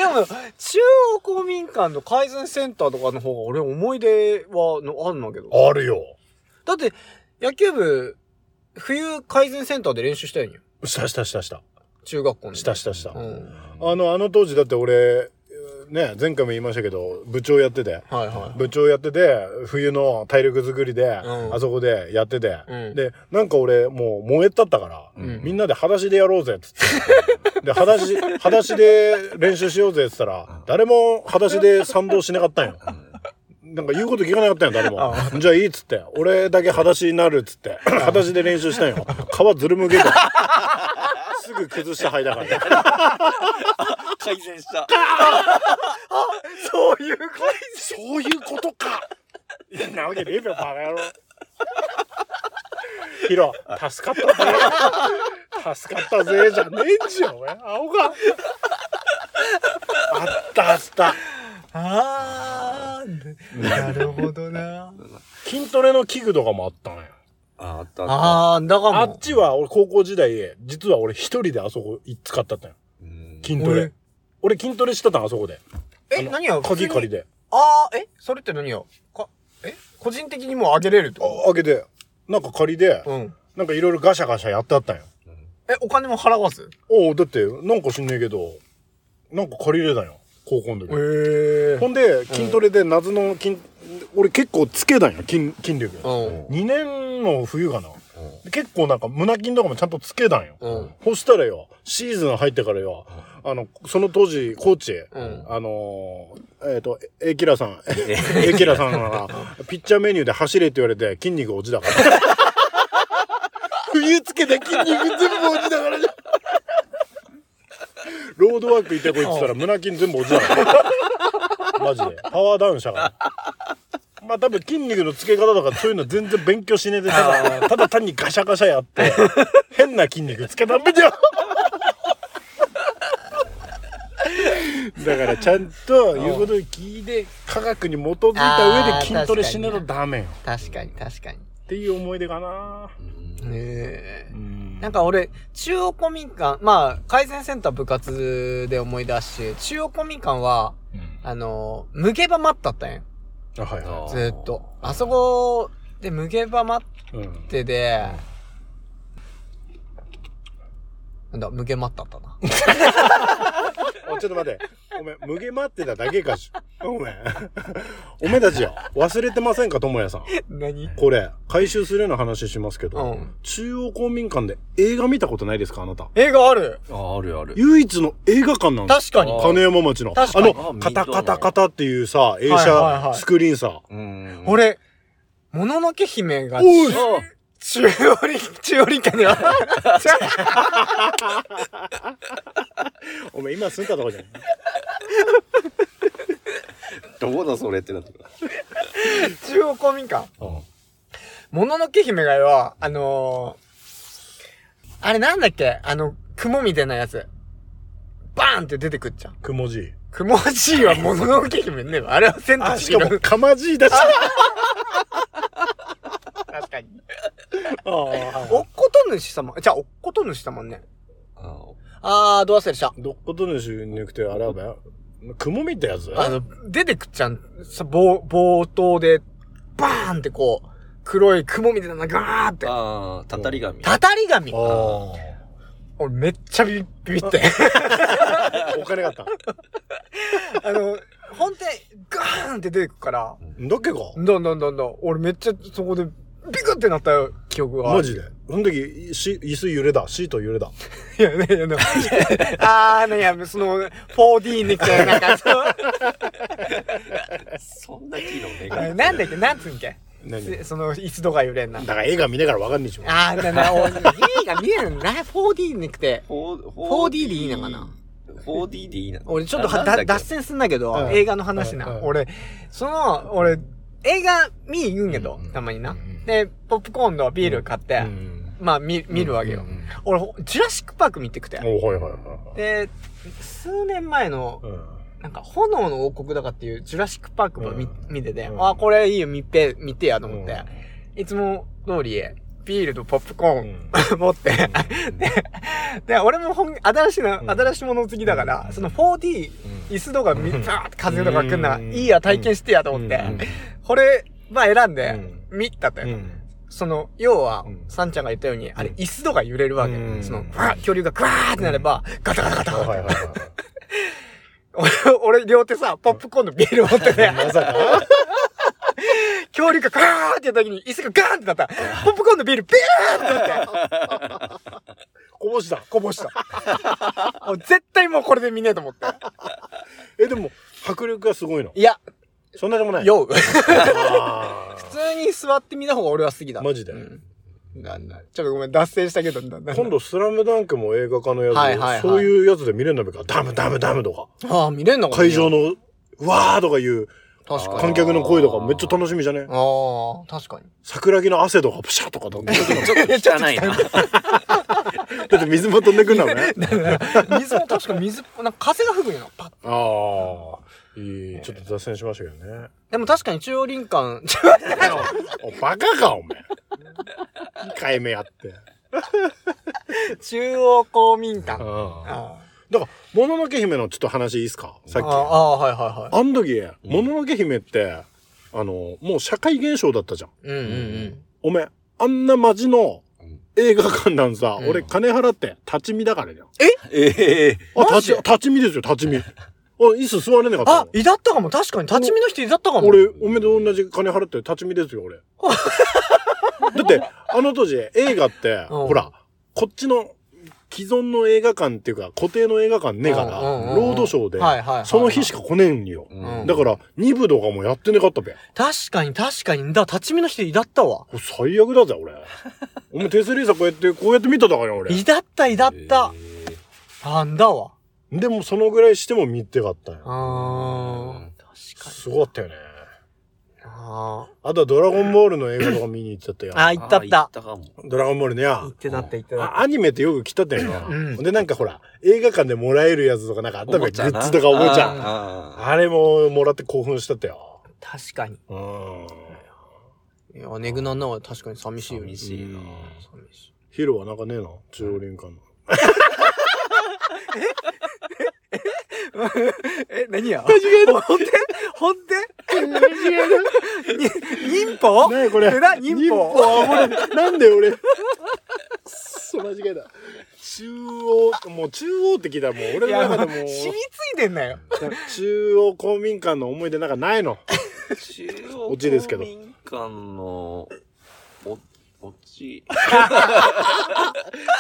Speaker 1: も中央公民館の改善センターとかの方が俺思い出はのあんだけど
Speaker 3: あるよ。
Speaker 1: だって野球部冬改善センターで練習したよね
Speaker 3: したしたしたした。
Speaker 1: 中学校の
Speaker 3: したしたした。
Speaker 1: うん
Speaker 3: あの、あの当時だって俺、ね、前回も言いましたけど、部長やってて、
Speaker 1: はいはい
Speaker 3: 部長やってて、冬の体力作りで、
Speaker 1: うん
Speaker 3: あそこでやってて、
Speaker 1: うん
Speaker 3: で、なんか俺、もう燃えたったから、
Speaker 1: ん
Speaker 3: みんなで裸足でやろうぜ、つって。で、裸足、裸足で練習しようぜ、つったら、誰も裸足で賛同しなかったんよ。なんか言うこと聞かなかったんよ、誰も。じゃあいいっつって。俺だけ裸足になるっつって。裸足で練習したんよ。皮ずるむけた。すぐ崩した灰だから。
Speaker 2: 改善した。
Speaker 1: そういう改
Speaker 3: そういうことか。いや、なわけねえべ、バカ 野郎。ヒロ、助かったぜ。助かったぜ、じゃねえんじゃん、お前。青が。あったあった。
Speaker 1: ああなるほど な
Speaker 3: 筋トレの器具とかもあったね。
Speaker 2: あ、あったあった。
Speaker 1: ああだかも
Speaker 3: あっちは、俺高校時代、実は俺一人であそこ使ったったんよ。
Speaker 2: うん
Speaker 3: 筋トレ
Speaker 1: 俺。
Speaker 3: 俺筋トレしてたん、あそこで。
Speaker 1: え何や
Speaker 3: 鍵借り
Speaker 1: で
Speaker 3: で。
Speaker 1: ああえそれって何やかえ個人的にもうあげれるってこ
Speaker 3: あ開けて、なんか借りで、
Speaker 1: とうん
Speaker 3: なんかいろいろガシャガシャやってあったんよ。
Speaker 1: えお金も払わず
Speaker 3: おう、だって、なんか知んねえけど、なんか借りれたんよ。高校の時。
Speaker 1: え
Speaker 3: ほんで、筋トレで謎の筋、俺結構つけたんよ、筋、筋力。
Speaker 1: うん
Speaker 3: 2年の冬かな。結構なんか胸筋とかもちゃんとつけたんよ。
Speaker 1: うん
Speaker 3: そしたらよ、シーズン入ってからよ、あの、その当時、コーチ、
Speaker 1: ん
Speaker 3: あのー、えっ、と、エキラさん、エキラさんが、ピッチャーメニューで走れって言われて筋肉落ちたから。冬つけた筋肉全部落ちたからじゃん。ロードワーク行ってこいって言ったら胸筋全部落ちたから。マジで。パワーダウンしたから。まあ多分筋肉の付け方とかそういうの全然勉強しねえで、ただ、ただ単にガシャガシャや って、変な筋肉つけたんじゃん。だからちゃんと言うことを聞いて、科学に基づいた上で筋トレしないとダメよ。
Speaker 1: 確かに確かに
Speaker 3: っていう思い出かな。
Speaker 1: ねえ
Speaker 3: うん
Speaker 1: なんか俺、中央公民館、まあ、改善センター部活で思い出して、中央公民館は、あの、無毛場待ったったんや。
Speaker 3: あ、はいは
Speaker 1: ずーっと。あそこで無毛場待
Speaker 3: い。うん
Speaker 1: ってで、なんだ、無毛待ったったな。
Speaker 3: あちょっと待って。お前、無限待ってただけかし。お 前。お前たちよ。忘れてませんか、ともやさん。
Speaker 1: 何
Speaker 3: これ、回収するような話しますけど、
Speaker 1: うん
Speaker 3: 中央公民館で映画見たことないですか、あなた。
Speaker 1: 映画ある
Speaker 2: あ、あるある。
Speaker 3: 唯一の映画館なんです。
Speaker 1: 確かに
Speaker 2: あ。
Speaker 3: 金山町の。
Speaker 1: 確
Speaker 3: あ
Speaker 1: かに
Speaker 3: の、カタカタカタっていうさ、映
Speaker 1: はいはいは
Speaker 3: 写
Speaker 1: い
Speaker 3: スクリーンさ。
Speaker 2: うん。
Speaker 1: 俺、もののけ姫が、
Speaker 3: おい
Speaker 2: あ
Speaker 1: 中央林、中央林間に ある。
Speaker 3: お前今住んだとこじゃない。
Speaker 2: どうだそれってなってくる。
Speaker 1: 中央公民館。
Speaker 2: うん
Speaker 1: もののけ姫がよ、あのー、あれなんだっけあの、雲みたいなやつ。バーンって出てくっちゃん。
Speaker 3: くもじい。
Speaker 1: 雲じいはもののけ姫ね。あれは千と
Speaker 3: あ、し
Speaker 1: 千
Speaker 3: かも、
Speaker 1: 尋。
Speaker 3: かまじいだし。
Speaker 1: 確かに。
Speaker 3: あー
Speaker 1: おっこと主様。じゃあ、おっこと主様ね。あ
Speaker 2: あ
Speaker 1: ー、どう忘れした。
Speaker 3: どっことぬし抜くて、あれはばよ。雲見たやつ
Speaker 1: あの、出てくっちゃん、さ、冒、冒頭で、バーンってこう、黒い雲みたいなのがガーって。
Speaker 2: ああ、たたり神。
Speaker 1: たたり神
Speaker 3: あ
Speaker 1: 俺めっちゃビビビビって。
Speaker 3: ーお金があった。
Speaker 1: あの、本当にガーンって出てくから、
Speaker 3: だっけか
Speaker 1: どんどんどんどん、俺めっちゃそこでビクってなった記憶がある。
Speaker 3: マジで。その時、し椅子揺れだ。シート揺れだ。
Speaker 1: いや、ね、いや、でも あー、ね、いや、その、4D に来たなんか、そう
Speaker 2: そんな機能ね
Speaker 1: あれなんだっけ、なんつうんけ。
Speaker 3: 何
Speaker 1: せその、椅子とか揺れんな
Speaker 3: だ。から映画見ながらわかんねえしもん。
Speaker 1: あー、だな、俺、映画見えるのな、4D に来て。4D でいいのかな
Speaker 2: 4D でいいな
Speaker 1: 俺ちょっとは
Speaker 2: な
Speaker 1: だ
Speaker 2: んだっ
Speaker 1: 脱
Speaker 2: け
Speaker 1: 線すんだけど、
Speaker 3: うん
Speaker 1: 映画の話な、
Speaker 3: うんうん
Speaker 1: 俺、その、俺、映画見に行くんけど、たまにな、で、ポップコーンとビール買って、
Speaker 3: うん
Speaker 1: まあ見、見るわけよ。俺、ジュラシックパーク見てくて。
Speaker 3: おはいはいはい。
Speaker 1: で、数年前の、なんか、炎の王国だかっていうジュラシックパークも見,、
Speaker 3: うん
Speaker 1: 見てて、
Speaker 3: うん
Speaker 1: あ、これいいよ、見て、見てやと思って、
Speaker 3: うん
Speaker 1: いつも通り、ビールとポップコー
Speaker 3: う
Speaker 1: ン、
Speaker 3: ん。
Speaker 1: 持って、で、で、俺も本、新しいの、新しいもの好きだから、その 4D、椅子とかみ、バーって風とか来んな、
Speaker 3: うん
Speaker 1: いいや、体験してやと思って、
Speaker 3: うん
Speaker 1: これ、まあ選んで、見たと、
Speaker 3: うん。
Speaker 1: その、要は
Speaker 3: うん、
Speaker 1: サンちゃんが言ったように、あれ、椅子とか揺れるわけ。
Speaker 3: うん
Speaker 1: その、わー恐竜がグワーってなれば、ガタガタガタガタ。
Speaker 3: はいはいは
Speaker 1: 俺、俺両手さ、ポップコーンのビール持ってて、
Speaker 3: い。まさか
Speaker 1: 恐竜がガーってやった時に、椅子がガーンってなった。ポップコーンのビール、ビューってなって。
Speaker 3: こぼした、こぼした。
Speaker 1: もう絶対もうこれで見ねえと思って。
Speaker 3: え、でも、迫力がすごいの。
Speaker 1: いや、
Speaker 3: そんなでもな い。
Speaker 1: 酔う。
Speaker 3: あ
Speaker 1: 普通に座ってみた方が俺は好きだ。
Speaker 3: ーマジで。
Speaker 1: なんだ。ちょっとごめん、脱線したけど、なな
Speaker 3: 今度、スラムダンクも映画化のやつ、
Speaker 1: はいはいはい
Speaker 3: そういうやつで見れるのか。ダムダムダムとか。
Speaker 1: ああ、見れんのかな
Speaker 3: 会場。の、うわーとかいう
Speaker 1: 確かに。
Speaker 3: 観客の声とかめっちゃ楽しみじゃね
Speaker 1: ああ、確かに。
Speaker 3: 桜木の汗とかプシャーとかだって。
Speaker 2: ちょっと汚いな。
Speaker 3: だって水も飛んでくんだもんね。
Speaker 1: 水も確か水、なんか風が吹くよな、パッ。
Speaker 3: ああ、いい。ちょっと脱線しましたけどね。
Speaker 1: でも確かに中央林間、
Speaker 3: おバカか、お前。一回目やって。
Speaker 1: 中央公民
Speaker 3: う
Speaker 1: 館。
Speaker 3: ん。
Speaker 1: あ
Speaker 3: だから、もののけ姫のちょっと話いいっすかさ
Speaker 1: あ
Speaker 3: っき。
Speaker 1: あ
Speaker 3: あ
Speaker 1: あ、はいはいは
Speaker 3: ん時、もののけ姫って、あの、もう社会現象だったじゃん。
Speaker 1: い。うんうん
Speaker 3: おめえあんな街の映画館なんさ、
Speaker 1: うん
Speaker 3: 俺金払って立ち見だからね。
Speaker 2: ええ。
Speaker 3: あ、
Speaker 1: マ
Speaker 3: 立
Speaker 1: ジ
Speaker 3: ち、立ち見ですよ、立ち見。あ、椅子座れなかっ
Speaker 1: あ
Speaker 3: た、
Speaker 1: いだったかも。確かに、立ち見の人いだったかも。
Speaker 3: 俺、おめと同じ金払って立ち見で すよ、俺。だって、あの当時、映画って、
Speaker 1: うん
Speaker 3: ほら、こっちの既存の映画館っていうか、固定の映画館ねえから、
Speaker 1: うんうんうんうん
Speaker 3: ロードショーで、
Speaker 1: はいはいはいはい
Speaker 3: その日しか来ねえんよ。
Speaker 1: うん
Speaker 3: だから、2部とかもやってねかったべ。
Speaker 1: 確かに確かに。だ、立ち見の人いだったわ。
Speaker 3: これ最悪だぜ、 俺。お前、手すりさ、こうやって、こうやって見ただからよ、俺。
Speaker 1: いだった、いだった。なんだわ。
Speaker 3: でも、そのぐらいしても見てかったよ。
Speaker 1: ああ、確かに
Speaker 3: すごかったよね。
Speaker 1: な。
Speaker 3: あとは、ドラゴンボールの映画とか見に行っちゃったよ。
Speaker 1: ああ、行ったった
Speaker 2: あ行っ。たかも。
Speaker 3: ドラゴンボールね。
Speaker 1: 行ってたって行ってたって。
Speaker 3: あアニメってよく来たってんや、
Speaker 1: うん
Speaker 3: でなんかほら映画館でもらえるやつとかなんかあったべグ
Speaker 2: おもちゃな
Speaker 3: ッズとかおもちゃあ
Speaker 2: ああ
Speaker 3: れももらって興奮したってよ
Speaker 1: 確かに。
Speaker 3: うん
Speaker 1: いや、ネグナンナは確かに寂しいよね。
Speaker 2: 寂しいな。
Speaker 1: 寂しい。
Speaker 3: ヒロはなんかねえな中央林間の
Speaker 1: え、何 や違うほんでほんで違う忍法
Speaker 3: ねえこれ
Speaker 1: えな忍法
Speaker 3: あ俺なんで俺そ間違いだ中央もう中央って聞いたらもう
Speaker 1: い
Speaker 3: 俺の
Speaker 1: や、
Speaker 3: 中で
Speaker 1: 染
Speaker 3: も
Speaker 1: み
Speaker 3: う
Speaker 1: ついてんなよ。
Speaker 3: 中央公民館の思い出なんかないの
Speaker 2: オ
Speaker 3: ちですけど
Speaker 2: 民館の、お、おち。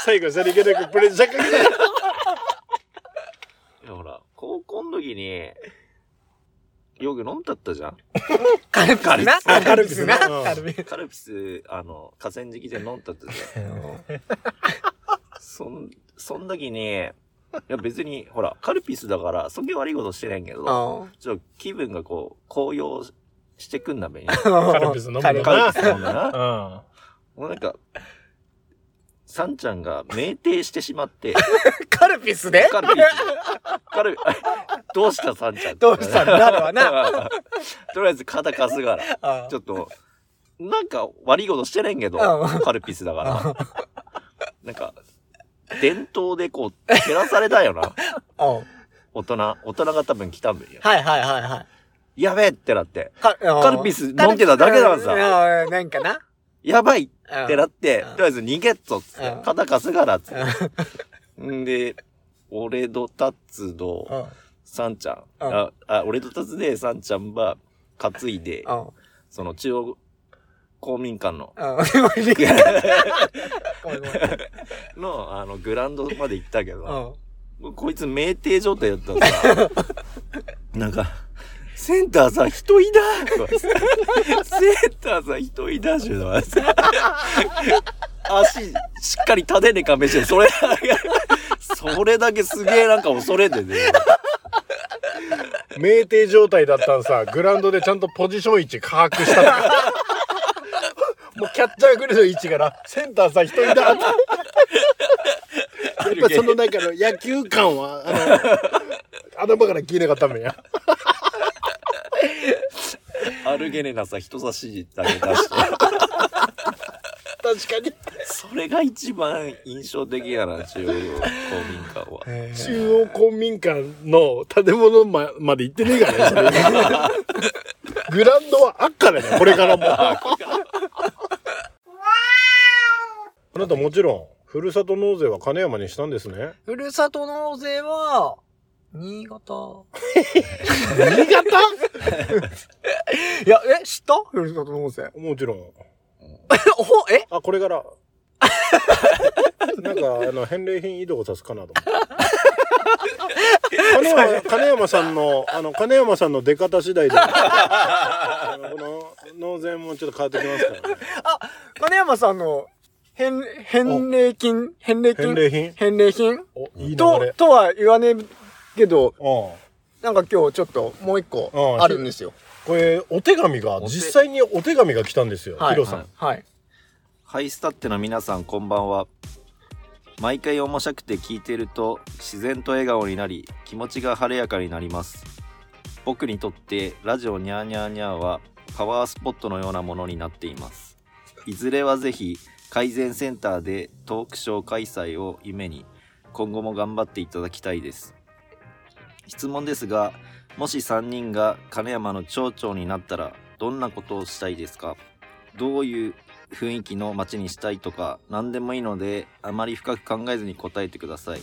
Speaker 3: 最後さりげなくプレッシャーかけて
Speaker 2: いやほら、高校の時に、よく飲んだったじゃん。
Speaker 1: カルピスな。
Speaker 3: あ
Speaker 1: カルピスな。
Speaker 3: カルピスなうん
Speaker 1: カルピス。
Speaker 2: カルピス、あの、河川敷で飲んだったじゃん。そん、そん時に、いや別に、ほら、カルピスだから、そんな悪いことしてないけど、
Speaker 1: うん
Speaker 2: ちょっと気分がこう、高揚してく んだべに。
Speaker 3: カルピス飲む
Speaker 1: カル
Speaker 3: の
Speaker 1: ピ
Speaker 2: カル
Speaker 3: か
Speaker 2: ピス飲んだな。
Speaker 3: な
Speaker 2: もうなんか、サンちゃんが酩酊してしまって、
Speaker 1: カルピスで
Speaker 2: カルピス、カルピ、 どうしたサンちゃん
Speaker 1: どうしたんだろうな。
Speaker 2: な。 とりあえず肩貸すから。
Speaker 1: あ
Speaker 2: ちょっと、なんか悪いことしてないんけど
Speaker 1: うん、
Speaker 2: カルピスだから。なんか、伝統でこう、照らされたよな。
Speaker 1: あ
Speaker 2: 大人、大人が多分来たんべんよ。
Speaker 1: はいはいはいはい。
Speaker 2: やべえってなって、
Speaker 1: カカ
Speaker 2: カルピス飲んでただけなんさ
Speaker 1: なんかな。
Speaker 2: やばいってなって
Speaker 1: うん、
Speaker 2: とりあえず逃げっとっつって
Speaker 1: うん、
Speaker 2: 肩貸すからっつっ
Speaker 1: うん
Speaker 2: て。んで、俺とタッツと、サンちゃん、
Speaker 1: うん
Speaker 2: あ、あ俺とタッツでサンちゃんば担いで、その中央公民 館の、
Speaker 1: うん。ごめんごめん。
Speaker 2: の、あの、グラウンドまで行ったけ
Speaker 1: う
Speaker 2: ど、
Speaker 1: ん。
Speaker 2: こいつ酩酊状態だったから、 なんか、センターさん人いだとかセンターさん人い だしゅうのは足しっかり立てねえかめして、それ、それだけすげえなんか恐れてね。
Speaker 3: 酩酊状態だったんさ、グラウンドでちゃんとポジション位置把握したの。もうキャッチャーぐらいの位置から、センターさん一人だって。やっぱその中の野球感は、あ の、頭から消えなかっためんや。
Speaker 2: 歩けねえなさ、人差し指だけ出して。
Speaker 3: 確かに。
Speaker 2: それが一番印象的やな、中央公民館は。
Speaker 3: 中央公民館の建物ままで行ってねえからね、それグラウンドはあっから ね、これからも。あなたもちろん、ふるさと納税は金山にしたんですね。
Speaker 1: ふるさと納税は、新潟。
Speaker 3: 新潟
Speaker 1: いや、え、知ったふるさと納税。
Speaker 3: もちろん。
Speaker 1: おほ、え
Speaker 3: あ、これ から。なんか、あの、返礼品移動を指すかなと思って。金山、金山さんの、あの、金山さんの出方次 第で、あのこの、納税もちょっと変わってきますからね。
Speaker 1: 金山さんの、返、返礼金、返礼
Speaker 3: 返
Speaker 1: 金、
Speaker 3: 礼品
Speaker 1: 返礼品
Speaker 3: お、いい流
Speaker 1: と
Speaker 3: れ、。
Speaker 1: とは言わねえけど、
Speaker 3: うん。こ
Speaker 1: なんか今日ちょっともう一個
Speaker 3: うん
Speaker 1: あるんですよ。
Speaker 3: れ、お手紙が、
Speaker 2: 手
Speaker 3: 実際にお手紙が来たんですよ、
Speaker 1: はい
Speaker 3: ヒロさん。
Speaker 2: はい
Speaker 1: はい。
Speaker 2: ハイスタッテの皆さんこんばんは毎回面白くて聞いていると自然と笑顔になり気持ちが晴れやかになります僕にとってラジオニャーニャーニャーはパワースポットのようなものになっていますいずれはぜひ改善センターでトークショー開催を夢に今後も頑張っていただきたいです質問ですがもし3人が金山の町長になったらどんなことをしたいですかどういう雰囲気の街にしたいとか何でもいいのであまり深く考えずに答えてください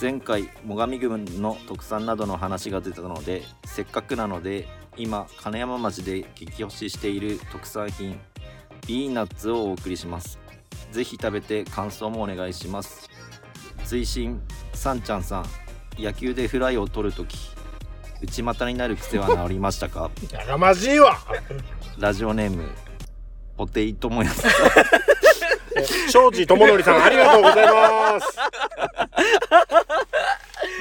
Speaker 2: 前回最上郡の特産などの話が出たのでせっかくなので今金山町で激推ししている特産品ビーナッツをお送りしますぜひ食べて感想もお願いします追伸さんちゃんさん野球でフライを取るとき内股になる癖は治りましたか
Speaker 3: やがましいわ
Speaker 2: ラジオネームポテイともやさん
Speaker 3: 庄司智則さ ん、ありがとうございます。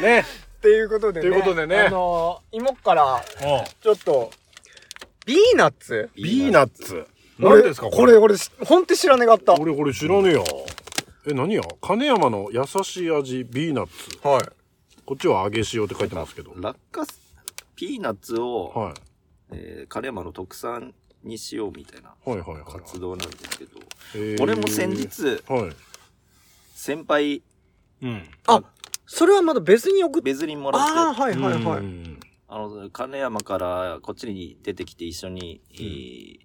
Speaker 3: ね。
Speaker 1: っていうことでね。
Speaker 3: ということでね
Speaker 1: あのー、芋から、
Speaker 3: うん。
Speaker 1: ちょっと、ビーナッツ
Speaker 3: ビーナッツ。
Speaker 1: 俺
Speaker 3: 何ですかこれ。
Speaker 1: 俺、俺、ほんと知らねがった。は
Speaker 3: 俺これ知らねえよ。え、何や金山の優しい味、ビーナッツ。
Speaker 1: い。
Speaker 3: こっちは揚げ塩って書いてますけど。
Speaker 2: 落花生ピーナッツを、
Speaker 3: は。
Speaker 2: えー、カレーマンの特産にしようみたいない
Speaker 3: はいはいはい。
Speaker 2: 活動なんですけど、
Speaker 3: えー
Speaker 2: 俺も先。日
Speaker 3: はい。
Speaker 2: 先輩
Speaker 3: うん。
Speaker 1: それはまだ別に送っ
Speaker 2: 別にもらって
Speaker 1: あ
Speaker 2: あ
Speaker 1: あ、はいはいは
Speaker 3: う
Speaker 1: い。
Speaker 3: ん
Speaker 2: の金山からこっちに出てきて一緒に、えー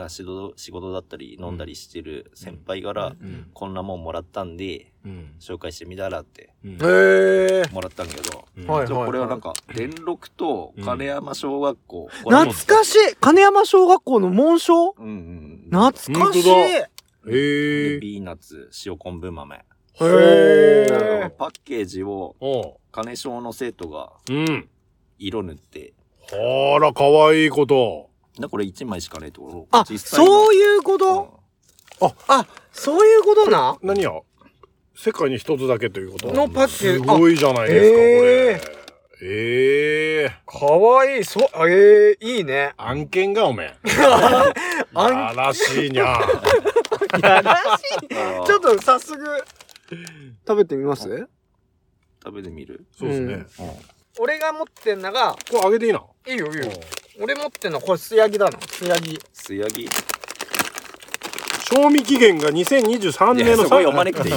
Speaker 2: あ仕事仕事だったり飲んだりしてる先輩から、
Speaker 3: うん
Speaker 2: こんなもんもらったんで
Speaker 3: うん。
Speaker 2: 紹介してみたらって
Speaker 3: うん
Speaker 1: へえ。
Speaker 2: もらったんけど、
Speaker 3: うん
Speaker 1: はい
Speaker 2: ちょこれはなんか電録と金山小学校、これも
Speaker 1: 懐かしい金山小学校の紋章
Speaker 2: うんうん
Speaker 1: 懐かしい
Speaker 3: 本
Speaker 1: へ
Speaker 3: へ
Speaker 2: で
Speaker 3: え。
Speaker 2: ビーナッツ塩昆布豆
Speaker 3: へ
Speaker 1: え
Speaker 2: パッケージを
Speaker 3: おう。
Speaker 2: 金賞の生徒が
Speaker 3: うん。
Speaker 2: 色塗って
Speaker 3: あら、かわいいこと。
Speaker 2: でこれ1枚しかねえところ
Speaker 1: あ、そう
Speaker 2: い
Speaker 1: いうことあ、そういうことな
Speaker 3: 何や世界に一つだけということ
Speaker 1: のパッケージ
Speaker 3: すごいじゃないですか、これ。ええ
Speaker 1: かわいい、そ、ええいいね。
Speaker 3: 案件がお めえ。
Speaker 1: 案
Speaker 3: やらしいにゃ。
Speaker 1: やらしい。
Speaker 2: あー
Speaker 1: ちょっと早速、食べてみます
Speaker 2: 食べてみる
Speaker 3: そうですね。
Speaker 1: 俺が持ってんのが、
Speaker 3: これあげていいな。
Speaker 1: いいよいいよ。俺持ってんのこれ素焼きだな。素焼き。
Speaker 2: 素焼き
Speaker 3: 賞味期限が2023
Speaker 2: い
Speaker 3: 年
Speaker 2: や
Speaker 3: の
Speaker 2: そこ
Speaker 3: 3
Speaker 2: 読まなくていい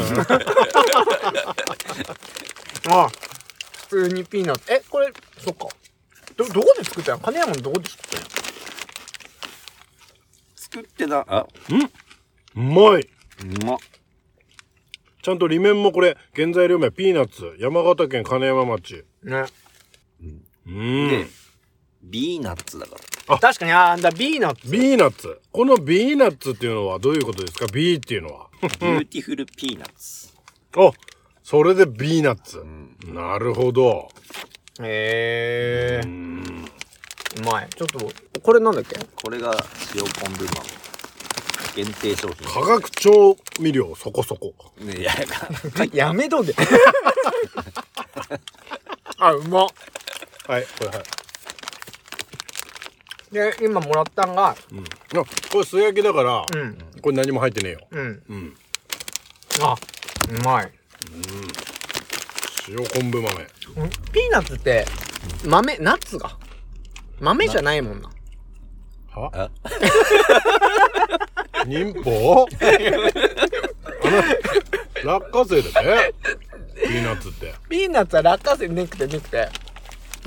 Speaker 3: あ、
Speaker 1: 普通にピーナッツ。え、これ、そっか。ど、どこで作ったん金山のどこで作ったん
Speaker 2: 作ってな、あ、
Speaker 3: うまいう
Speaker 2: まっ。
Speaker 3: ちゃんと裏面もこれ原材料名ピーナッツ山形県金山町
Speaker 1: ね。
Speaker 3: うん
Speaker 2: で、ビーナッツだから。
Speaker 1: 確かに、あー、だ、ビーナッツ。
Speaker 3: ビーナッツこのビーナッツっていうのはどういうことですかビーっていうのは
Speaker 2: ビューティフルピーナッツ。
Speaker 3: あそれでビーナッツ、なるほど
Speaker 1: へえ。うまい。ちょっと、これなんだっけ
Speaker 2: これが塩昆布マン限定商品。
Speaker 3: 化学調味料そこそこ
Speaker 2: ね いや、
Speaker 1: やめとけ。 あ、うまっ。
Speaker 3: はいこれはい
Speaker 1: で、今もらったんが、
Speaker 3: あこれ素焼きだから、
Speaker 1: うん、
Speaker 3: これ何も入ってねえよ
Speaker 1: うん。
Speaker 3: ん
Speaker 1: あ、うまい。
Speaker 3: 塩昆布豆
Speaker 1: ピーナッツって、豆、ナッツが。豆じゃないもんな。
Speaker 3: は忍法あの落花生だねピーナッツって
Speaker 1: ピーナッツは落花生ねくてねくて。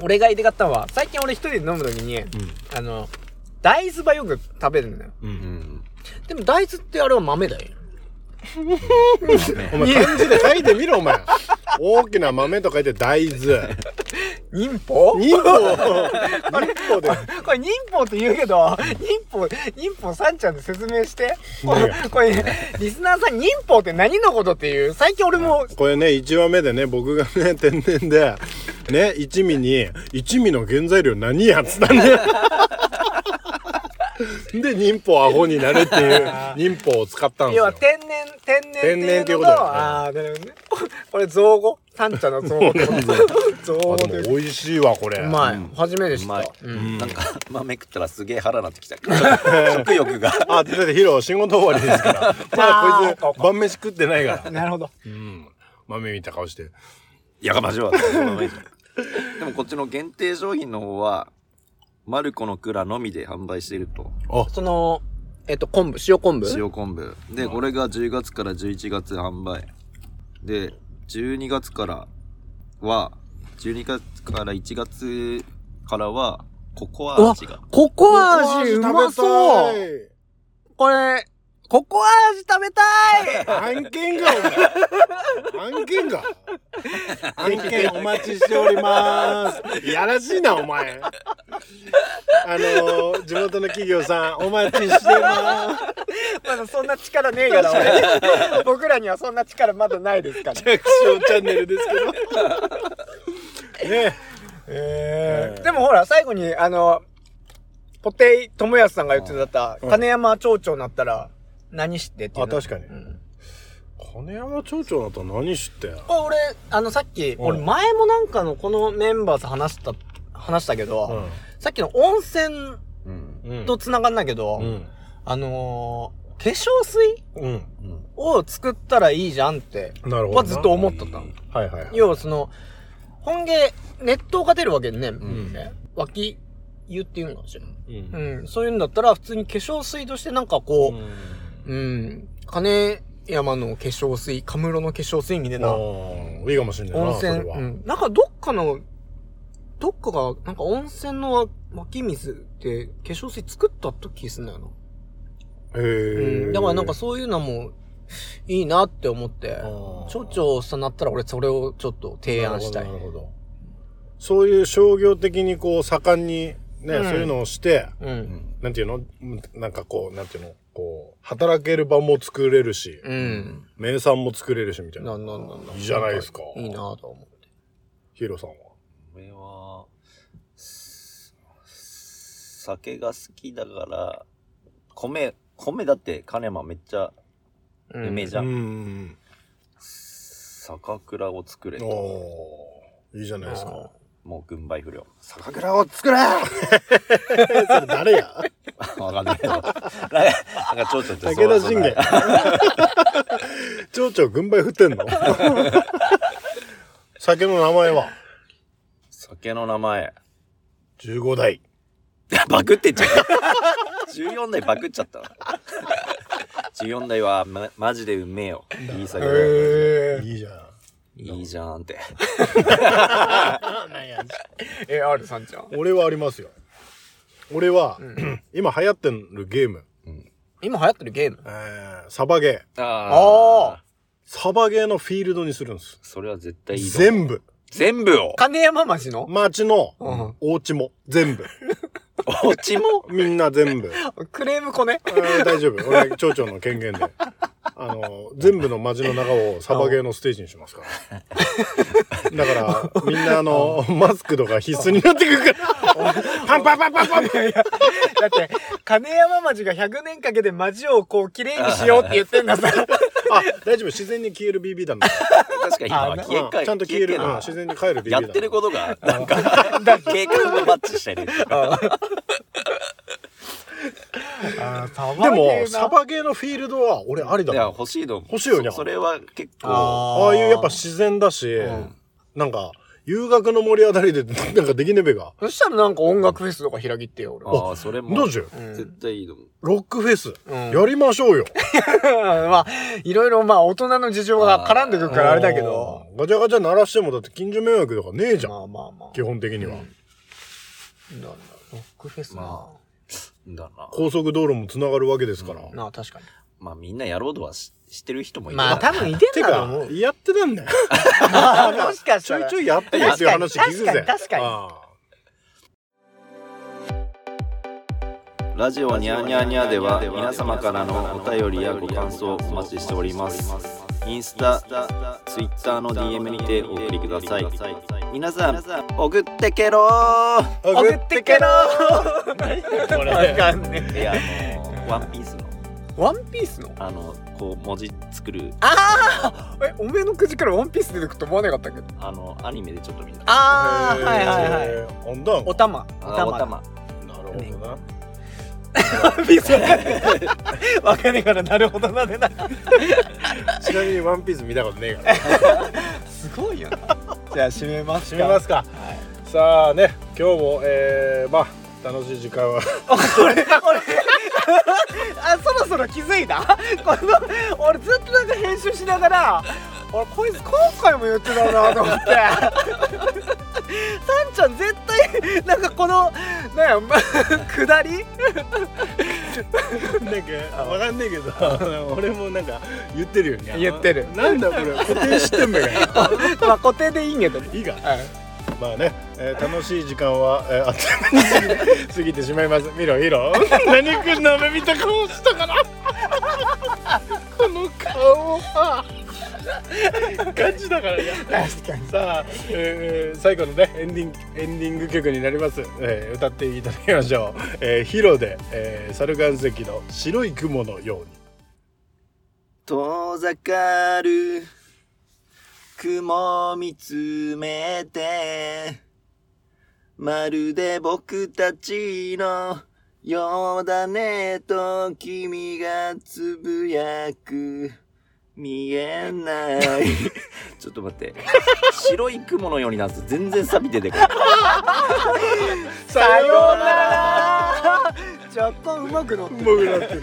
Speaker 1: 俺がいてかったのは、最近俺一人で飲むときに、あの、大豆ばよく食べるんだよ。
Speaker 2: うん。
Speaker 1: でも大豆ってあれは豆だよ。
Speaker 3: お前漢字で書いてみろお前大きな豆と書いて大豆
Speaker 1: 忍法
Speaker 3: 忍法忍法で
Speaker 1: これ忍法って言うけど、忍法、忍法さんちゃんで説明して。これ、これリスナーさん忍法って何のことっていう、最近俺も、
Speaker 3: これね1話目でね僕がね天然でね一味に「一味の原材料何や?」っつったね で忍法アホになるって いう忍法を使ったんです
Speaker 1: 要は
Speaker 3: よ
Speaker 1: 天然、天然って
Speaker 3: 天然って
Speaker 1: い
Speaker 3: いうう
Speaker 1: の
Speaker 3: こと
Speaker 1: と、
Speaker 3: だよね
Speaker 1: ああ、なるほどね。これ造語さんちゃんの 造語。 造語
Speaker 3: あ
Speaker 1: とい
Speaker 3: でも
Speaker 1: うか
Speaker 3: 美味しいわこれ
Speaker 1: うまい。初めて知
Speaker 2: う
Speaker 1: っ
Speaker 2: まい
Speaker 1: た。。うん。
Speaker 2: なんか、豆食ったらすげえ腹なってきた。 食欲が。
Speaker 3: あだってヒロ仕事終わりですからまだこいつ晩飯食ってないから
Speaker 1: なるほど。
Speaker 3: うん豆見た顔して
Speaker 2: やかましいわ。でもこっちの限定商品の方は、マルコの蔵のみで販売していると。
Speaker 1: その、えっと、昆布、塩昆布
Speaker 2: 塩昆布。で、これが10月から11月販売。で、12月からは、12月から1月からは、ココア味が。
Speaker 1: ココア味うまそう
Speaker 3: う
Speaker 1: これ、ココア味食べたい
Speaker 3: 案件がお前案件が案件お待ちしておりますいやらしいなお前あのー地元の企業さんお待ちしてま
Speaker 1: まだそんな力ねえから、俺。 僕らにはそんな力まだないですから。
Speaker 3: す小チャンネルですけどね
Speaker 1: えーでもほら、最後に、あの、ポテイ友康さんが言ってたった、金山町長になったら、何してっていう
Speaker 3: あ
Speaker 1: の
Speaker 3: 確かに、金山町長だと何知って
Speaker 1: これ俺、あの、さっき、俺
Speaker 3: うん
Speaker 1: 前もなんかのこのメンバーと話した、話したけど、さっきの温泉
Speaker 2: うん。
Speaker 3: うん
Speaker 1: と繋がんないけど、
Speaker 3: うん
Speaker 1: あのー、化粧水
Speaker 3: うん
Speaker 1: を作ったらいいじゃんって、
Speaker 3: なるほどな
Speaker 1: はずっと思ってたの。
Speaker 3: はいはいはい
Speaker 1: 要はその、本芸、熱湯が出るわけね。
Speaker 2: ん
Speaker 1: ね脇湯っていうのかもしれない。
Speaker 3: うん
Speaker 1: うん、そういうんだったら、普通に化粧水としてなんかこう、うん、金山の化粧水、カムロの化粧水みたいな、
Speaker 3: うんいいかもしれないな
Speaker 1: 温
Speaker 3: そ
Speaker 1: 泉、
Speaker 3: れは
Speaker 1: うん、なんかどっかの、どっかが、なんか温泉の湧き水で化粧水作った時すんだよな。
Speaker 3: へ
Speaker 1: う
Speaker 3: ー
Speaker 1: ん、だからなんかそういうのもいいなって思って、
Speaker 3: あー
Speaker 1: 町長さんなったら俺それをちょっと提案したい
Speaker 3: な。るほどなるほどそういう商業的にこう盛んにね、
Speaker 1: うん
Speaker 3: そういうのをして
Speaker 1: うん。
Speaker 3: なんていうのなんかこうなんていうのこう働ける場も作れるし、
Speaker 1: うん。
Speaker 3: 名産も作れるしみたいな
Speaker 1: なんなんなんなん
Speaker 3: いいじゃないですか
Speaker 1: いいなと思って。
Speaker 3: ヒーローさんは
Speaker 2: これは、す酒が好きだから、米、米だってカネマめっちゃ
Speaker 1: う
Speaker 2: 有
Speaker 1: ん
Speaker 2: 名じゃ。
Speaker 3: うんん
Speaker 2: 酒蔵を作れ
Speaker 3: お。ーいいじゃないですか
Speaker 2: もう軍配不良。酒蔵を作 れ
Speaker 3: えそれ誰や
Speaker 2: わかんないけど。なんか、なんかちょっと
Speaker 3: 武田信玄 町長軍配振って んの酒の名前は
Speaker 2: 酒の名前。
Speaker 3: 15代
Speaker 2: いやバグってっちゃった。14代バグっちゃったわ。14代は、ま、マジでうめえよ。いい酒だよ。
Speaker 1: へ
Speaker 3: いいじゃん
Speaker 2: いいじゃんって。
Speaker 1: え、R さんちゃん。
Speaker 3: 俺はありますよ。俺は、
Speaker 1: ん
Speaker 3: 今流行ってるゲーム、
Speaker 1: 今流行ってるゲーム
Speaker 3: えーサバゲー。
Speaker 2: ああ。
Speaker 3: サバゲーのフィールドにするんです。
Speaker 2: それは絶対いいぞ。
Speaker 3: 全部。
Speaker 2: 全部を
Speaker 1: 金山町の
Speaker 3: 町の
Speaker 1: うん
Speaker 3: お家も全部。
Speaker 2: おちも
Speaker 3: みんな全部。
Speaker 1: クレームこね
Speaker 3: あー大丈夫。俺、町長の権限で。あの、全部の町の中をサバゲーのステージにしますから。だから、みんなあの、マスクとか必須になってくるから。パンパンパンパンパンパン
Speaker 1: だって、金山町が100年かけて町をこう、綺麗にしようって言ってんださ。
Speaker 3: あ、大丈夫。自然に消える BB 弾だ。
Speaker 2: 確かに今は消えっか
Speaker 3: うんちゃんと消える。
Speaker 2: っ
Speaker 3: う
Speaker 2: か
Speaker 3: ん自然に帰る BB
Speaker 2: や
Speaker 3: 弾。
Speaker 2: ってることが、なん か、計画がマッチしたり。
Speaker 1: あ
Speaker 3: で
Speaker 1: ー
Speaker 3: も、サバゲーのフィールドは俺ありだ
Speaker 2: い
Speaker 3: もん
Speaker 2: や、欲しいの。
Speaker 3: 欲しいよね
Speaker 2: そそれは結構、
Speaker 1: あー
Speaker 3: ああいうやっぱ自然だし、なんか、遊学の盛り上がりで、 なんかできねべが。
Speaker 1: そしたらなんか音楽フェスとか開きってよ、俺。
Speaker 2: ああ、それも。
Speaker 3: どうしよう
Speaker 2: 絶対いいと思う。
Speaker 3: ロックフェス、
Speaker 1: ん
Speaker 3: やりましょうよ。
Speaker 1: まあ、いろいろまあ、大人の事情が絡んでくるからあれだけど。
Speaker 3: あー。ガチャガチャ鳴らしてもだって近所迷惑とかねえじゃん。
Speaker 1: まあまあまあ。
Speaker 3: 基本的には、
Speaker 1: なんだろうロックフェスな
Speaker 2: ま。だな。
Speaker 3: 高速道路もつながるわけですから。
Speaker 1: なあ、確かに。
Speaker 2: まあみんなやろうとはし知ってる人もいる
Speaker 1: まあ、
Speaker 2: から
Speaker 1: 多分いて
Speaker 3: て
Speaker 1: んだと思
Speaker 3: か
Speaker 1: う、。
Speaker 3: やってたんだよ。
Speaker 1: もしかし
Speaker 3: ち
Speaker 1: た
Speaker 3: ょ
Speaker 1: ら。
Speaker 3: いちょいやってるっていう話聞くぜ。
Speaker 1: 確かに確かに
Speaker 3: あ
Speaker 2: ラジオニャーニャーニャーでは皆様からのお便りやご感想をお待ちしておりますインスタ、ツイッターの DM にてお送りください皆さん送ってけろー
Speaker 3: ー
Speaker 1: 送ってけろーわかんね
Speaker 2: いやあのワンピースの
Speaker 1: えワンピースの
Speaker 2: あのこう文字作る
Speaker 1: え、おめえの口からワンピース出てくると思わなかったけど。
Speaker 2: あのアニメでちょっと見た
Speaker 1: あー、はいはいはい。
Speaker 3: い。あんだん
Speaker 1: おたま。お
Speaker 2: あ
Speaker 1: た
Speaker 2: お
Speaker 1: ま。
Speaker 2: たま
Speaker 3: なるほどな。
Speaker 1: ワンピースわかんねえ。わかんねえから、なるほどなでな。
Speaker 3: ちなみにワンピース見たことねえから。
Speaker 1: すごいよな。じゃあ、締めますか。
Speaker 3: 閉めますか。さあね、今日も、えー、まあ、楽しい時間は。
Speaker 1: 俺 あそろそろ気づいた この俺ずっとなんか編集しながら俺こいつ今回も言ってたなと思って さんちゃん絶対なんかこのなんや ま下り
Speaker 3: なんかわかんねえけど 俺もなんか言ってるよね
Speaker 1: 言ってる
Speaker 3: なんだこれ固定してんだか
Speaker 1: まあ固定でいいんやけど、
Speaker 3: いいか
Speaker 1: はい
Speaker 3: まあね、えー楽しい時間は、えーあっという間に過ぎて しまいます見ろ見ろ 何くんの目見た顔したから この顔はガチだからね
Speaker 1: 確かに
Speaker 3: さあ、えー最後のねエンディングエンディング曲になります、えー歌っていただきましょう「えーヒロで、えー、猿岩石の白い雲のように」
Speaker 2: 遠ざかる雲見つめてまるで僕たちのようだねと君がつぶやく見えない ちょっと待って白い雲のようになると全然錆びてて こない
Speaker 1: さようなら若干うまく乗ってる
Speaker 3: 僕なってる